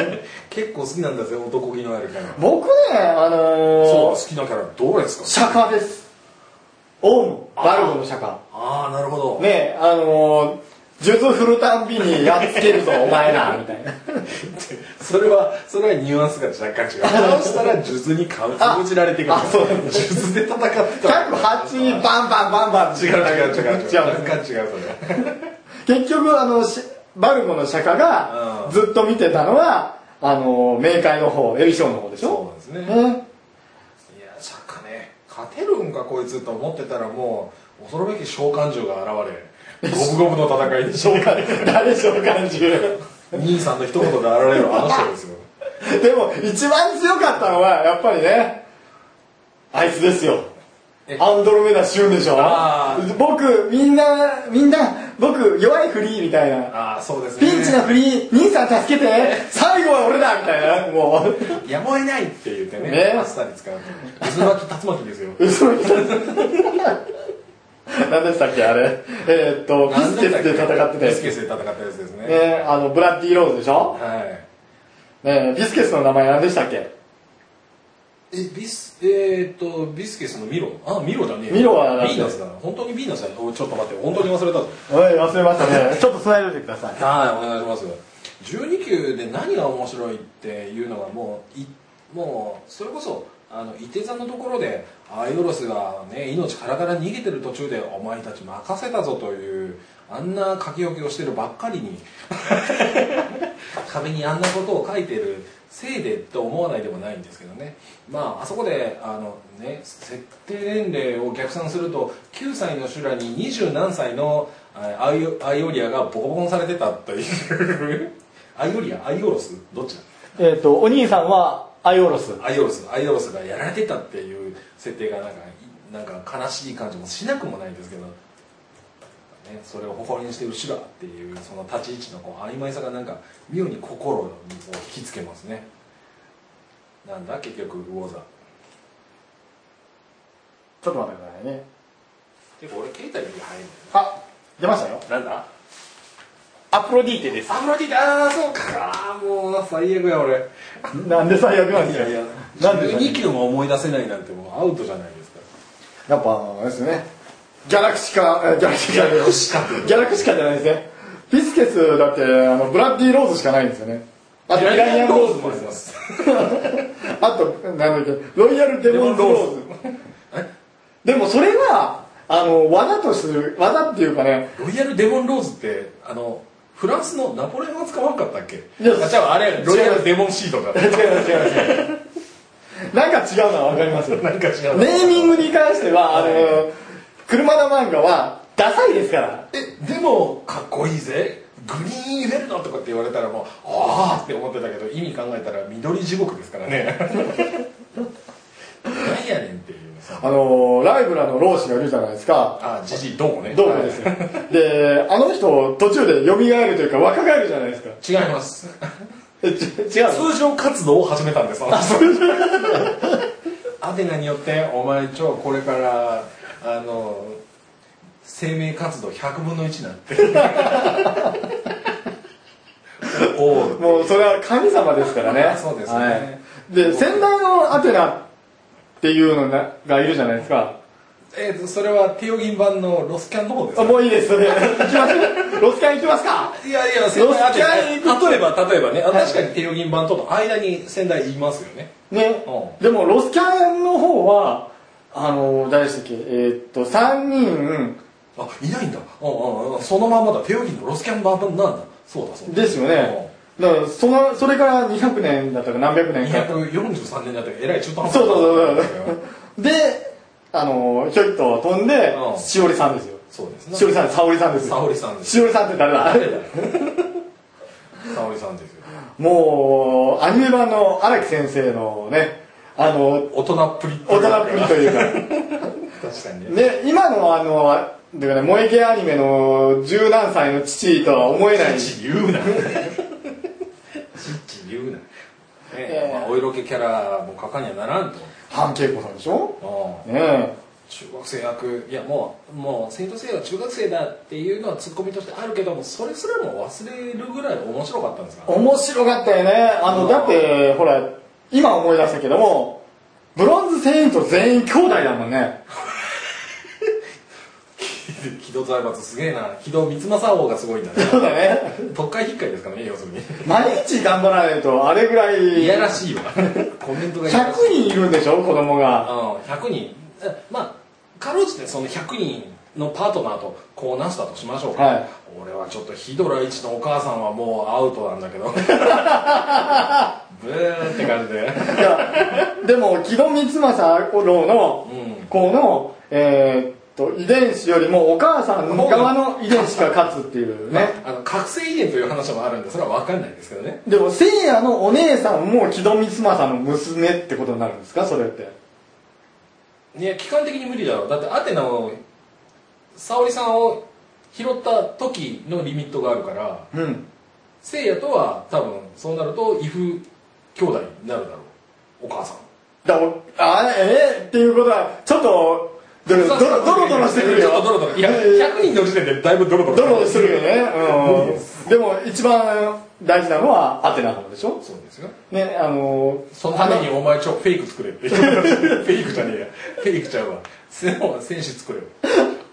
S2: 結構好きなんだぜ男気のあるキャラ
S1: 僕ねあ
S2: そう
S1: のー、
S2: 好きなキャラどれですか
S1: 釈迦ですオウムバルゴの釈迦
S2: ああなるほど、
S1: ねえあのー、術振るたんびにやっつ けるぞお前らみたいな
S2: それはそれはニュアンスが若干違うそうした ら数珠にかぶじられてくる
S1: あそうなん
S2: 数珠で戦ってた
S1: 108にバンバンバンバン
S2: 違う違う違う違
S1: 違
S2: う
S1: うんです
S2: 若干違うそれ
S1: 結局あのしバルゴの釈迦が
S2: うん
S1: ずっと見てたのは、あの冥界の方エリションの方でし
S2: そうな
S1: ょ
S2: んですね
S1: ね
S2: いやサッカーね勝てるんかこいつと思ってたらもう恐るべき召喚獣が現れゴブゴブの戦いに
S1: 召喚 誰召喚獣
S2: 兄さんの一言で現れるあの 人ですよ
S1: でも一番強かったのはやっぱりねあいつですよ
S2: え
S1: アンドロメダ旬でしょ
S2: あ
S1: 僕みんなみんな僕弱いフリーみたいな
S2: ああそうですね
S1: ピンチのフリー兄さん助けて最後は俺だみたいなもう
S2: やむを得ないって言ってね
S1: ね
S2: あっさり使うと渦巻き竜巻ですよ
S1: 嘘みたいな何でしたっけあれえーっとビスケスで戦ってた
S2: ビ
S1: や
S2: ス
S1: つ
S2: ケスで戦ったやつですね
S1: ねあのブラッディ・ローズでしょ、
S2: は
S1: ね、ビスケスの名前何でしたっけ
S2: いえビスえー、っとビスケスのミロあミロじゃねえ
S1: ミロはだっ
S2: ビ
S1: て
S2: ーナスだな本当にビーナスだなおいちょっと待って本当に忘れたぞ
S1: おい忘れましたねちょっと繋いでてください
S2: はい、お願いします。12球で何が面白いっていうのがもういもうそれこそあの伊手座のところでアイドロスがね命からから逃げてる途中でお前たち任せたぞというあんな書き置きをしてるばっかりに壁にあんなことを書いてるせいでと思わないでもないんですけどねまああそこであのね設定年齢を逆算すると9歳の修羅に二十何歳のあアイオアイオリアがボコボコにされてたというアイオリアアイオロスどっちだ
S1: えーっとお兄さんはアイオロス
S2: アイオロスアイオロスがやられてたっていう設定がなんかいなんか悲しい感じもしなくもないんですけど、ね、それを誇りにしてるシュラっていうその立ち位置のこう曖昧さがなんか妙に心を引きつけますねなんだ結局ウォーザー
S1: ちょっと待ってくださいね
S2: てか俺携帯より早いん
S1: あ出ましたよ
S2: だよなんだ
S1: アプロディーテです
S2: アフロディーテああそうかあーもう最悪や俺
S1: なんで最悪なんで
S2: い
S1: す
S2: や
S1: か
S2: いや
S1: なんでだよ
S2: 12球も思い出せないなんてもうアウトじゃないですか
S1: やっぱあれですねギャラクシカえギャラクシカギャラ
S2: クシカ
S1: ギャラクシカじゃないですねビスケスだってあのブラッディ・ローズしかないんですよねあと
S2: ピ
S1: ピ
S2: ラ
S1: ラ
S2: ニ
S1: ニ
S2: ア
S1: ア
S2: ロ
S1: ロー
S2: ーズ
S1: ズも
S2: もあ
S1: あ
S2: り
S1: り
S2: ま
S1: ます すあとなんだっけロイヤルデモンズローズ
S2: え
S1: でもそれはあの罠とする罠っていうかね
S2: ロイヤルデモンローズってあのフランスのナポレオンは使わなかったっけ
S1: いや
S2: あじゃああれロイヤルデモンシート だ
S1: 違う違う違うなんか違うのは分かります
S2: 何か違う
S1: ネーミン
S2: グ
S1: グに関してはあ
S2: は
S1: の車田漫画はダサいですから
S2: えでもかっこいいぜグリーンインフェルノとかって言われたらもうああって思ってたけど意味考えたら緑地獄ですか らねなんやねんっていうさ
S1: あのライブラの老子がいるじゃないですか
S2: あじじいどうもね
S1: どうもですよ
S2: は
S1: であの人途中で蘇るというか若返るじゃないですか
S2: い違います
S1: えち違うの
S2: 通常活動を始めたんですアテナによってお前ちょこれからあの生命活動100分の1なん ておう
S1: もうそれは神様ですから ね
S2: そうですね
S1: はいで先代のアテナっていうのががいるじゃないですか
S2: えーとそれはテオギン版のロスキャンの方です
S1: あ
S2: か
S1: もういい ですね行きましょうロスキャン行きますか
S2: いやいや先代
S1: ロ
S2: アテ
S1: スキャン行く
S2: ナ例えば例えばね、あ
S1: はい
S2: 確かにテオギン版との間に先代いますよね
S1: ね
S2: う
S1: でもロスキャンの方はあの誰でしたっけえーっと3人
S2: あいないんだうんうんうんそのまんまだテオギンのロスキャン版なんだそうだそうだ
S1: ですよねだからそのそれから200年だったか何百年か
S2: 243年だってえらい中途半端
S1: そうそうそうそうであのひょいっと飛んで
S2: うん
S1: しおりさんですよ
S2: そうですね
S1: しおりさん沙織さんですよ
S2: 沙織さんです
S1: しおりさんって誰だ
S2: 誰だよ沙織さんですよ
S1: もうアニメ版の荒木先生のねあの
S2: 大人っぷり
S1: 大人っぷりという か
S2: 確かにね
S1: ね今のあのあだから萌え系アニメの十何歳の父とは思えない
S2: ちっち言うなちっち言うなね
S1: え
S2: え
S1: ー
S2: まあお色気キャラも書かにはならんと
S1: 半恵子さんでしょ
S2: ああ
S1: ねえ
S2: 中学生役いやもうもう生徒生は中学生だっていうのはツッコミとしてあるけどもそれすらも忘れるぐらい面白かったんですから
S1: 面白かったよねあ
S2: う
S1: の
S2: ん
S1: だってほら今思い出したけどもブロンズセイント全員兄弟だもんね
S2: 木戸財閥すげえな木戸光政王がすごいんだね
S1: そうだね
S2: 特会引っかいですからね要するに
S1: 毎日頑張らないとあれぐら
S2: いや
S1: い
S2: らしいわコメントがいや
S1: 100
S2: らしい
S1: 人いるんでしょ子供が
S2: うん100人えまあかろうじてその100人のパートナーとこうなしたとしましょうか、
S1: はい
S2: 俺はちょっとヒドラ一のお母さんはもうアウトなんだけどブーって感じで
S1: いやでも木戸光政郎の
S2: うん
S1: 子の、えーっと遺伝子よりもお母さん側の遺伝子が勝つっていうね
S2: ね、あの覚醒遺伝という話もあるんでそれは分かんないですけどね
S1: でもせいやのお姉さんも木戸光政の娘ってことになるんですかそれって
S2: いや期間的に無理だろうだってアテナを沙織さんを拾った時のリミットがあるから
S1: うん
S2: 聖夜とは多分そうなると異父兄弟になるだろうお母さん
S1: だおあえーっていうことはちょっとドロドロドロドロしてくるよ
S2: ちょっとドロドロいや
S1: えー
S2: 100人の時点でだいぶドロドロ
S1: ドロドロしてくるよね
S2: 無理で
S1: うんでも一番大事なのはアテナの方でしょ
S2: そうですよ
S1: ねあのー
S2: そのためにお前ちょフェイク作 れってフェイクじゃねえやフェイクちゃうわせもう戦士作れよ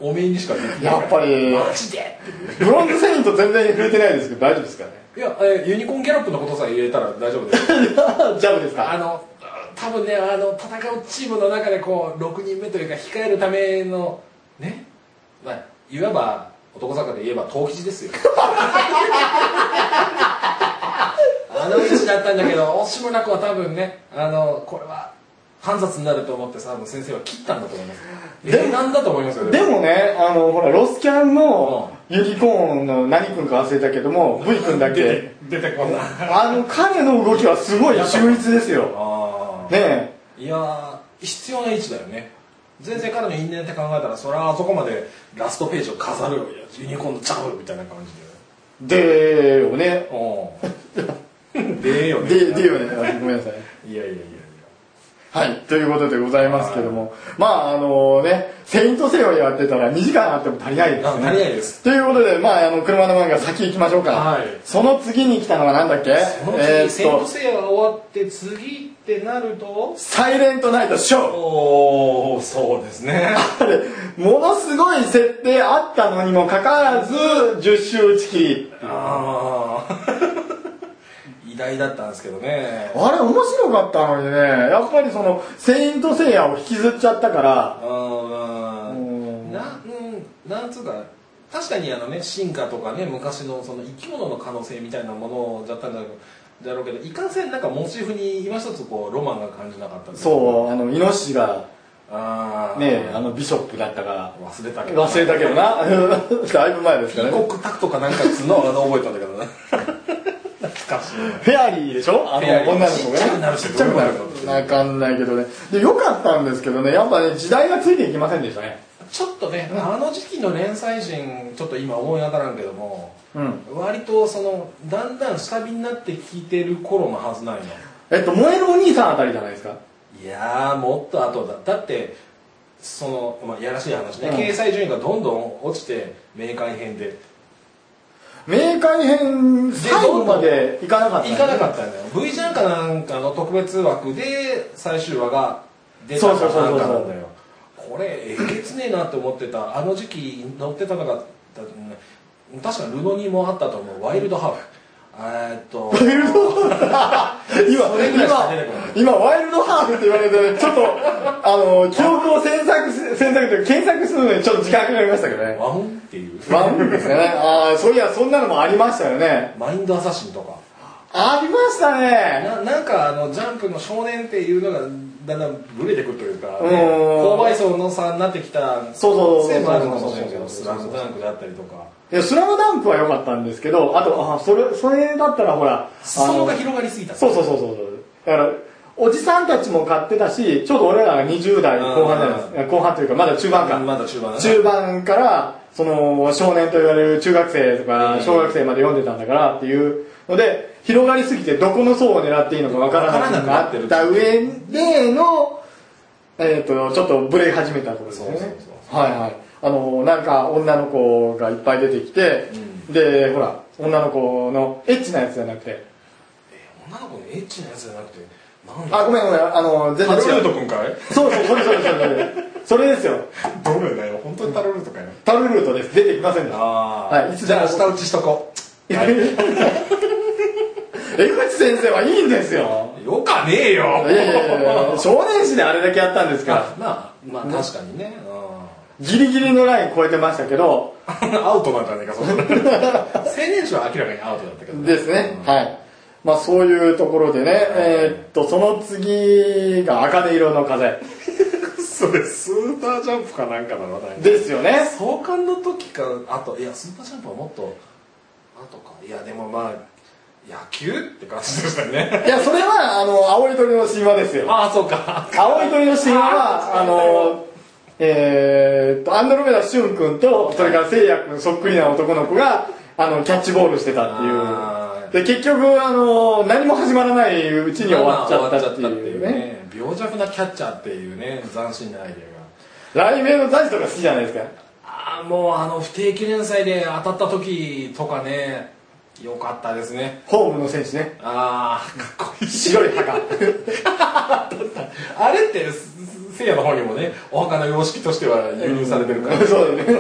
S2: おめえにしかできない
S1: やっぱり
S2: マジでっていう
S1: ブロンズセイント全然触れてないですけど大丈夫です かね
S2: いや、えーユニコーンギャロップのことさえ言えたら大丈夫ですよ
S1: ジャブですか
S2: あの多分ねあの戦うチームの中でこう6人目というか控えるためのねまあいわば男坂で言えば藤吉ですよ あの位置だったんだけど惜しむなくは多分ねあのこれは煩雑になると思ってさ多分先生は切ったんだと思います
S1: でも
S2: 英断だと思いますよ
S1: でもねあのほらロスキャンのユニコーンの何君か忘れたけども V 君だっ
S2: 出
S1: け
S2: て出てこんなあ
S1: あの彼の動きはすごい秀逸ですよ
S2: あ
S1: ねえ
S2: いやー必要な位置だよね全然彼の因縁って考えたらそれはあそこまでラストページを飾るよユニコーンのチャブみたいな感じ
S1: でよね
S2: でおんでよね
S1: ででよねあごめんなさい
S2: いやいやいやいや
S1: はい、ということでございますけども、まああのね、セイントセイをやってたら2時間あっても足りないです
S2: あ足りない
S1: ね。
S2: です
S1: ということで、まああの車の漫画先行きましょうか。
S2: はい
S1: その次に来たのはなんだっけ？
S2: この次、
S1: えー
S2: セイン
S1: っ
S2: ト
S1: と
S2: セイヤが終わって次ってなると
S1: サイレントナイトショー。
S2: おおそうです ね
S1: あれものすごい設定あったのにもかかわらず10周打ち切り。
S2: ああい代だったんですけどね
S1: あれ面白かったのにねやっぱりその「セイント・セイヤ」を引きずっちゃったから
S2: うん
S1: うん
S2: なうんなんつうか確かにあのね進化とかね昔のその生き物の可能性みたいなものだったんだろうだろうけどいかんせんなんかモチーフに今一つこうロマンが感じなかった
S1: そうあのイノシシが
S2: うああ
S1: ねあのビショップだったから
S2: 忘れたけど
S1: 忘れたけどな だいぶ前です
S2: ピ
S1: から
S2: ーコ
S1: ね
S2: ックタクとかなんかっつうのはあの覚えたんだけどな懐かしい
S1: フェアリーでしょあの
S2: フェアリー
S1: 女の子
S2: ちっちゃ
S1: が
S2: くなる
S1: ち
S2: し
S1: っちゃくなる
S2: どうなるか
S1: わかんないけどねでよかったんですけどねやっぱね時代がついていきませんでしたね
S2: ちょっとねあの時期の連載陣ちょっと今思い当たらんけども
S1: うん
S2: 割とそのだんだん下火になってきてる頃のはずないの
S1: えっと燃えるお兄さんあたりじゃないですか
S2: いやーもっと後だだってその、まあ、やらしい話ね、
S1: うん
S2: 掲載順位がどんどん落ちて明快編で
S1: 明快編最後までいかなかった
S2: 行
S1: ね
S2: かなかったんだよ V ジャンかなんかの特別枠で最終話が出
S1: そ
S2: た
S1: うそう
S2: か
S1: そうそう
S2: な
S1: ん
S2: かなんだよこれえげつねえなって思ってたあの時期乗ってたのがだうん確かルノにもあったと思うワイルドハーフえーっと
S1: ワイルドハーフ今
S2: それぐらいしか出てこない
S1: 今今ワイルドハーフって言われてねちょっとあの記憶を詮索す詮索というか検索するのにちょっと時間かかりましたけどね
S2: ワンっていう
S1: ワンですねああそういやそんなのもありましたよね
S2: マインドアサシンとか
S1: ありましたね
S2: ななんかあのジャンプの少年っていうのがだんだんブレてくるというか、
S1: うん
S2: 購買層の差になってきた
S1: そうそうそう
S2: せいもあるかもしれないけ
S1: そうそ
S2: ど
S1: う
S2: ス
S1: そう
S2: ラムダンクだったりとか
S1: いやスラムダンクは良かったんですけどあとあそれそれだったらほらあ
S2: 裾野が広がりすぎた
S1: そうそうそうそうそうだからおじさんたちも買ってたしちょうど俺らが20代後半じゃないですか後半というかまだ中盤か、
S2: まだ中盤だ
S1: 中盤からその少年と言われる中学生とか
S2: うん
S1: 小学生まで読んでたんだからっていうので広がりすぎてどこの層を狙っていいのかわからなくなってた上での、えー、とちょっとブレ始めたところですよ
S2: そうそ
S1: ね
S2: うそう
S1: はいはいあのなんか女の子がいっぱい出てきて、でほら女の子のエッチなやつじゃなくて
S2: 女の子のエッチなやつじゃなくてなんだ
S1: あごめんごめんあの全
S2: タ
S1: 然
S2: ロ
S1: 違う
S2: ルート君かい
S1: そうそうそれそれそれそれそれですよ
S2: どれだよ本当にタロルートかよ
S1: タルルートです出てきませんでした
S2: あ
S1: はいいつ
S2: じ
S1: でも
S2: ゃあ下打ちしとこ
S1: 江口先生はいいんですよ
S2: うよかねえよ
S1: いやいやいやいや少年誌であれだけやったんですから
S2: あまあまあ確かにねう
S1: ギリギリのライン超えてましたけど
S2: ん アウトなんじゃねえかそんな 青年誌は明らかにアウトだったけど
S1: ですね
S2: うん
S1: はいまあそういうところでねえーっとその次が茜色の風
S2: それスーパージャンプかなんかだろなんか
S1: ですよね
S2: 創刊の時かあといやスーパージャンプはもっとあとかいやでもまあ野球って感じでしたね
S1: いやそれはあの青い鳥の神話ですよ
S2: ああそう か
S1: 青い鳥の神話はあのえーっとアンドロメダ俊君とそれから聖也君そっくりな男の子があのキャッチボールしてたって
S2: あ
S1: いうで結局あの何も始まらないうちに終わっちゃったっていうね
S2: 病弱なキャッチャーっていうね斬新なアイデアが
S1: 雷鳴の大地とか好きじゃないですか
S2: ああもうあの不定期連載で当たった時とかねよかったですね
S1: ホームの選手ね
S2: ああかっこいい
S1: 白い墓
S2: あれってせいやの方にもねお墓の様式としては輸入されてるから
S1: そうですね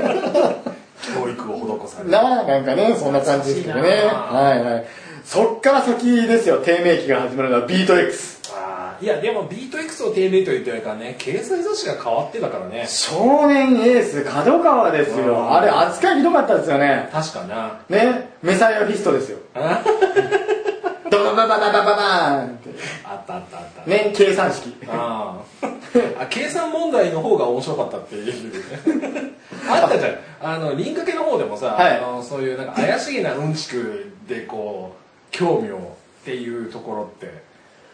S2: 教育を施されてる
S1: なあなんかねそんな感じですけどね
S2: 懐かしいな
S1: はいはいそっから先ですよ低迷期が始まるのはビート X
S2: あーいやでもビート X を低迷というというかね掲載雑誌が変わってたからね
S1: 少年エース角川です
S2: う
S1: よ
S2: ん
S1: あれ扱いひどかったですよね
S2: 確かな
S1: ね、メサイアフィストですよ。
S2: あ
S1: ドババババババーンって。
S2: あったあったあった
S1: ね、計算式。
S2: あーあ計算問題の方が面白かったっていうね あったじゃんあの輪掛けの方でもさ、
S1: はい
S2: あのそういうなんか怪しげなうんちくでこう興味をっていうところって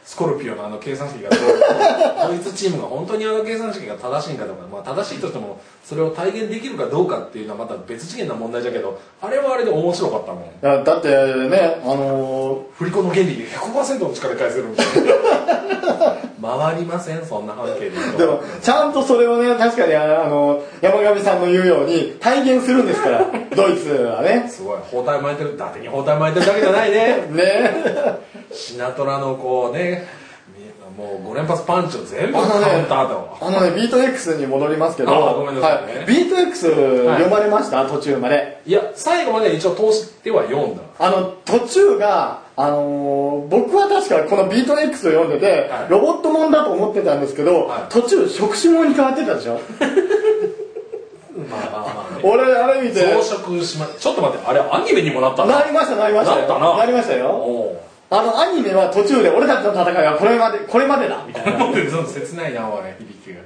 S2: スコルピオのあの計算式がど うドイツチームが本当にあの計算式が正しいんかとか、まあ、正しいとしてもそれを体現できるかどうかっていうのはまた別次元な問題だけどあれはあれで面白かったもん
S1: だだってね、あの
S2: 振り子の原理で100%の力で返せるみたい な回りませんそんな半径で
S1: ーでも、ちゃんとそれをね、確かにああの山上さんの言うように体現するんです から、ドイツはね。
S2: すごい包帯巻いてる伊達に包帯巻いてるだけじゃないね
S1: ね。
S2: シナトラのこうねみもう5連発パンチを全部
S1: あ
S2: カ
S1: の
S2: ウン
S1: ね、
S2: ターと
S1: あのね、ビート X に戻りますけど、
S2: あごめんなさいね
S1: はい、ビート X 読まれました、途中まで。
S2: いや最後まで一応通しては読んだ
S1: あの、途中が、あのー僕は確かこのビート X を読んでて、
S2: はい
S1: ロボットもんだと思ってたんですけど、
S2: はい
S1: 途中触手もんに変わってたで しょ
S2: まあまあまあ、ね、
S1: 俺あれ見て
S2: 増殖しまちょっと待ってあれアニメにもなったんだ
S1: なりましたなりました
S2: なったな
S1: よなりましたよ
S2: おう
S1: あのアニメは途中で俺たちの戦いはこれまでこれまでだみたいな
S2: なんでその切ないなおい響きが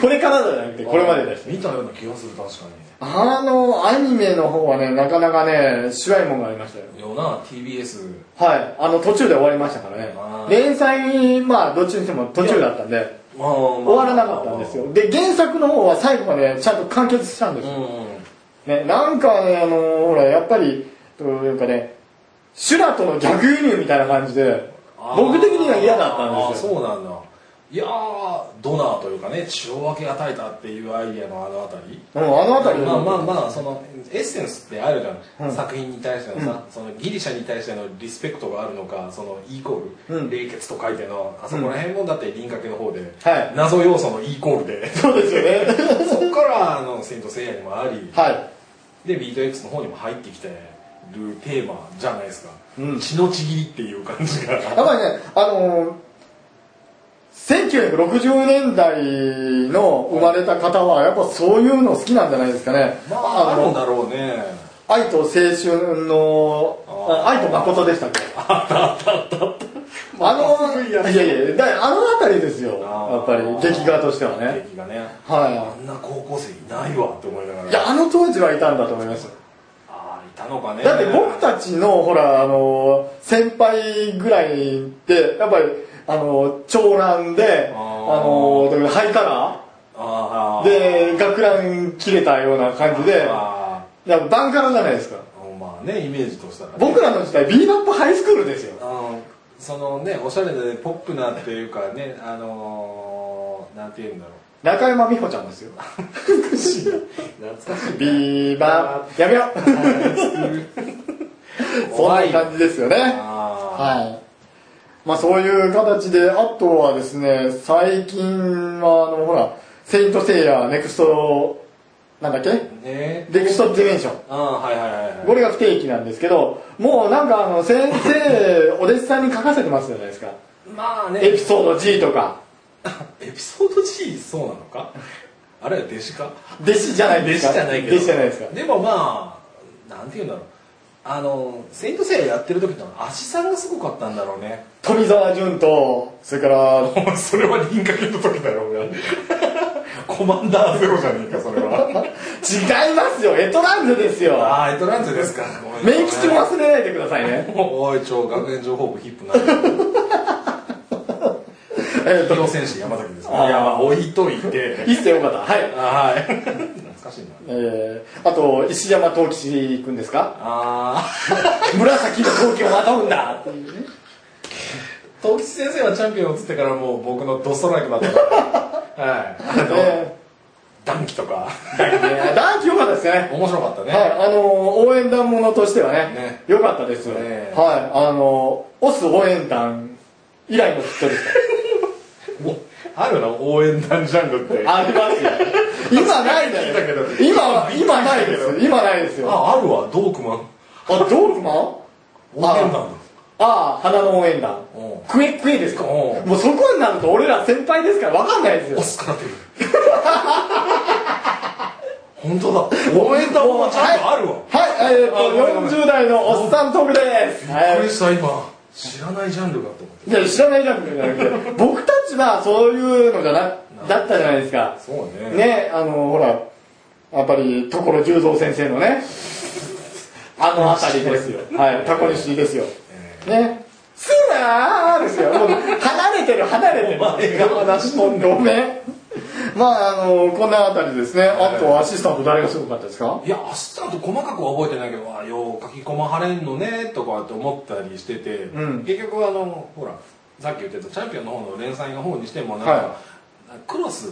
S1: これからじゃなくてこれまでだし
S2: 見たような気がする確か
S1: あのアニメの方はねなかなかねしわいもんがありましたよ
S2: によな TBS
S1: はいあの途中で終わりましたからね
S2: あー
S1: 連載まあどっちにしても途中だったんで
S2: まあまあ
S1: 終わらなかったんですよで原作の方は最後までちゃんと完結したんです
S2: う
S1: よ、
S2: ん
S1: ね、なんかねあのほらやっぱりというかね修羅との逆輸入みたいな感じで僕的には嫌だったんですよ
S2: あーそうなんだいやードナーというかね血を分け与えたっていうアイディアのあのあたり
S1: うん、あの辺り
S2: まあまあまあそのエッセンスってあるじゃん、
S1: うん
S2: 作品に対してのさ、そのギリシャに対してのリスペクトがあるのかそのイコール、
S1: うん
S2: 冷血と書いてのあそこら辺もだって輪郭の方で、
S1: はい
S2: 謎要素のイコールで
S1: そうですよ ね
S2: そこからあの「千と千尋」にもあり
S1: はい
S2: でビート X の方にも入ってきてるテーマじゃないですか、
S1: うん
S2: 血のちぎりっていう感じが
S1: やっぱりね、あのー、1960年代の生まれた方は、やっぱそういうの好きなんじゃないですかね。
S2: まああ
S1: あ
S2: るん
S1: の
S2: だろうね
S1: 愛と青春の、あ
S2: あ
S1: 愛と誠でしたっけあったあったあったあの、いやいや、だあのあたりですよ、やっぱり、劇画としてはね。
S2: 劇画ねあ
S1: は
S2: んな高校生いないわって思いながら
S1: い。いや、あの当時はいたんだと思います。
S2: ああいたのかね
S1: だって僕たちの、ほら、あの、先輩ぐらいって、やっぱり、あの、長男で、あ
S2: あー
S1: の、だからハイカラ
S2: ああ
S1: で学ラン切れたような感じで
S2: あ
S1: だからバンカラじゃないですか
S2: ーまあねイメージとしたらね、
S1: 僕らの時代ビーバップハイスクールですよ
S2: あのそのねおしゃれでポップなっていうかねあのー、なんて言うんだろう
S1: 中山美穂ちゃんですよ
S2: 懐かしい
S1: ビーバップやめようそんな感じですよね
S2: あ
S1: はいまあそういう形であとはですね最近はあのほら「セイント・セイヤーネクストなんだっけ
S2: ーね
S1: ネクスト・ディメンション」
S2: ああはいはいはいはい
S1: これが不定期なんですけどもうなんかあの先生お弟子さんに書かせてますじゃないですか
S2: まあね
S1: エピソード G とか
S2: エピソード G そうなのかあれは弟子か
S1: 弟子じゃない
S2: 弟
S1: で
S2: 子
S1: す
S2: じ
S1: か
S2: ゃないけど
S1: 弟子じゃないですか
S2: でもまあなんて言うんだろうあのセイントセイヤやってる時の足さんがすごかったんだろうね
S1: 富澤潤とそれから
S2: それは輪郭の時だろうがコマンダーゼロじゃねえかそれ
S1: 違
S2: は
S1: いますよエトランゼですよ
S2: ああエトランズですか
S1: 名吉も忘れないでくださいね
S2: おいちょ学園情報部ヒップ な
S1: えっと
S2: 機動戦士山崎ですねい
S1: あー
S2: やまあ置いといて
S1: いいっすよよかったはい
S2: あーはい 懐かしいな
S1: えー、あと石山藤吉君ですか
S2: ああ
S1: 紫の闘気をまとうんだっていうね
S2: 東吉先生はチャンピオン移ってからもう僕のドストライクだったからはいあの、
S1: え
S2: 暖気とか
S1: ーだけどねダンキよかったですね
S2: 面白かったね、
S1: はいあのー応援団ものとしてはね
S2: ね
S1: 良かったですよ、
S2: ね
S1: はいあのーオス応援団以来のヒットですから
S2: おあるな応援団ジャンルって
S1: ありますよ。今ないだ
S2: だけ
S1: よ
S2: ど。
S1: 今は、今ないですよ。今ないですよ。あ、
S2: ああるわドークマン
S1: ドークマン
S2: 応援団
S1: ああ、花の応援団
S2: うん。
S1: クエクエですかも
S2: う
S1: うそこになると俺ら先輩ですから分かんないですよ
S2: オ。スから出る本当だ応援団もちゃんとあるわ
S1: はい、えーっ
S2: あごめんごめん
S1: と、40代のおっさんトークです。
S2: びっく
S1: は
S2: り
S1: い
S2: した今知らないジャンルがと思って
S1: いや、知らないジャンルじゃなくて、僕たちはそういうのじゃな、だったじゃないですか。
S2: そうね
S1: ね、あの、ほら、やっぱり、所十三先生のね、あのあたりですよ。はい、タコニシですよ。
S2: え
S1: ね。すなーですよ。もう離れてる離れてる。
S2: お前が話しとんね
S1: ごめん。まああのこんなあたりですね。あとアシスタント誰がすごかったですか？
S2: いや明日と細かくは覚えてないけどあよう書き込まはれんのねとかって思ったりしてて、
S1: うん
S2: 結局あのほらさっき言ってたチャンピオンの方の連載の方にしてもなんか、
S1: は
S2: クロス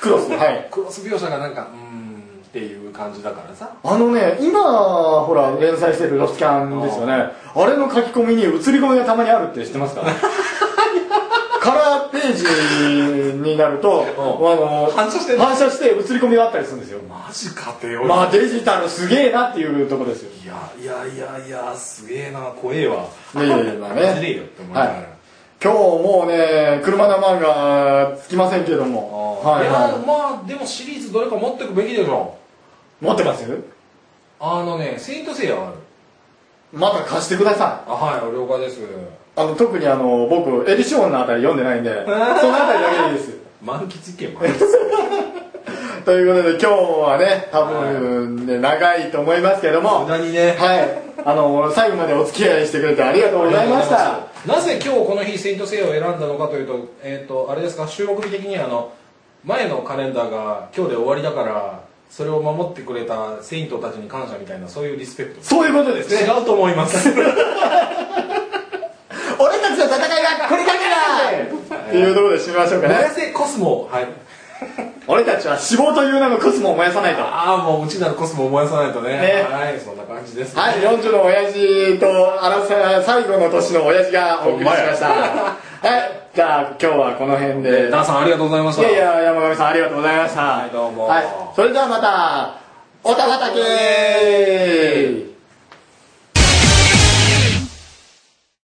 S1: クロスはい。
S2: クロス描写がなんかうーんっていう感じだからさ
S1: あのね今ほら連載してるロスキャンですよ ね。あれの書き込みに映り込みがたまにあるって知ってますか？カラーペページになると、あの
S2: 反射してる
S1: 反射して映り込みがあったりするんですよ
S2: マジかてよ、
S1: まあデジタルすげえなっていうとこ ですよ
S2: いやいやいやいやすげえな怖えわ
S1: いやいやいやまあね
S2: マジでよって思いながら、
S1: はい今日もうね車の漫画つきませんけど
S2: あ
S1: も
S2: ー
S1: はいい
S2: や、
S1: は
S2: まあでもシリーズどれか持ってくべきでしょ
S1: い持ってます
S2: あのね「セイントセイヤ」はある
S1: また貸してください
S2: あはい了解です
S1: あの特にあの僕エリシオンのあたり読んでないんでそのあたりだけでいいです
S2: 満喫意見もあります
S1: ということで今日はね多分ね長いと思いますけど
S2: 無
S1: も
S2: 駄にね
S1: はいあの最後までお付き合いしてくれてありがとうございました
S2: なぜ今日この日セイントセイヤを選んだのかというとえっ、とあれですか収録日的にあの前のカレンダーが今日で終わりだからそれを守ってくれたセイントたちに感謝みたいなそういうリスペクト
S1: そういうことですね
S2: 違うと思います
S1: 俺たちの戦いがこれからだっていうところで締めましょうか
S2: 燃や
S1: ね
S2: せコスモはい
S1: 俺たちは死亡という名のコスモを燃やさないとは
S2: ああもううちなるコスモを燃やさないとね
S1: ね
S2: はいそんな感じです、
S1: い40の親父と争い最後の年の親父がお送りしましたはいじゃあ今日はこの辺で
S2: ダーさんありがとうございまし
S1: い
S2: た
S1: やいや山上さんありがとうございました
S2: はいどうも
S1: はい、それではまたおたばたけ
S2: イエーイ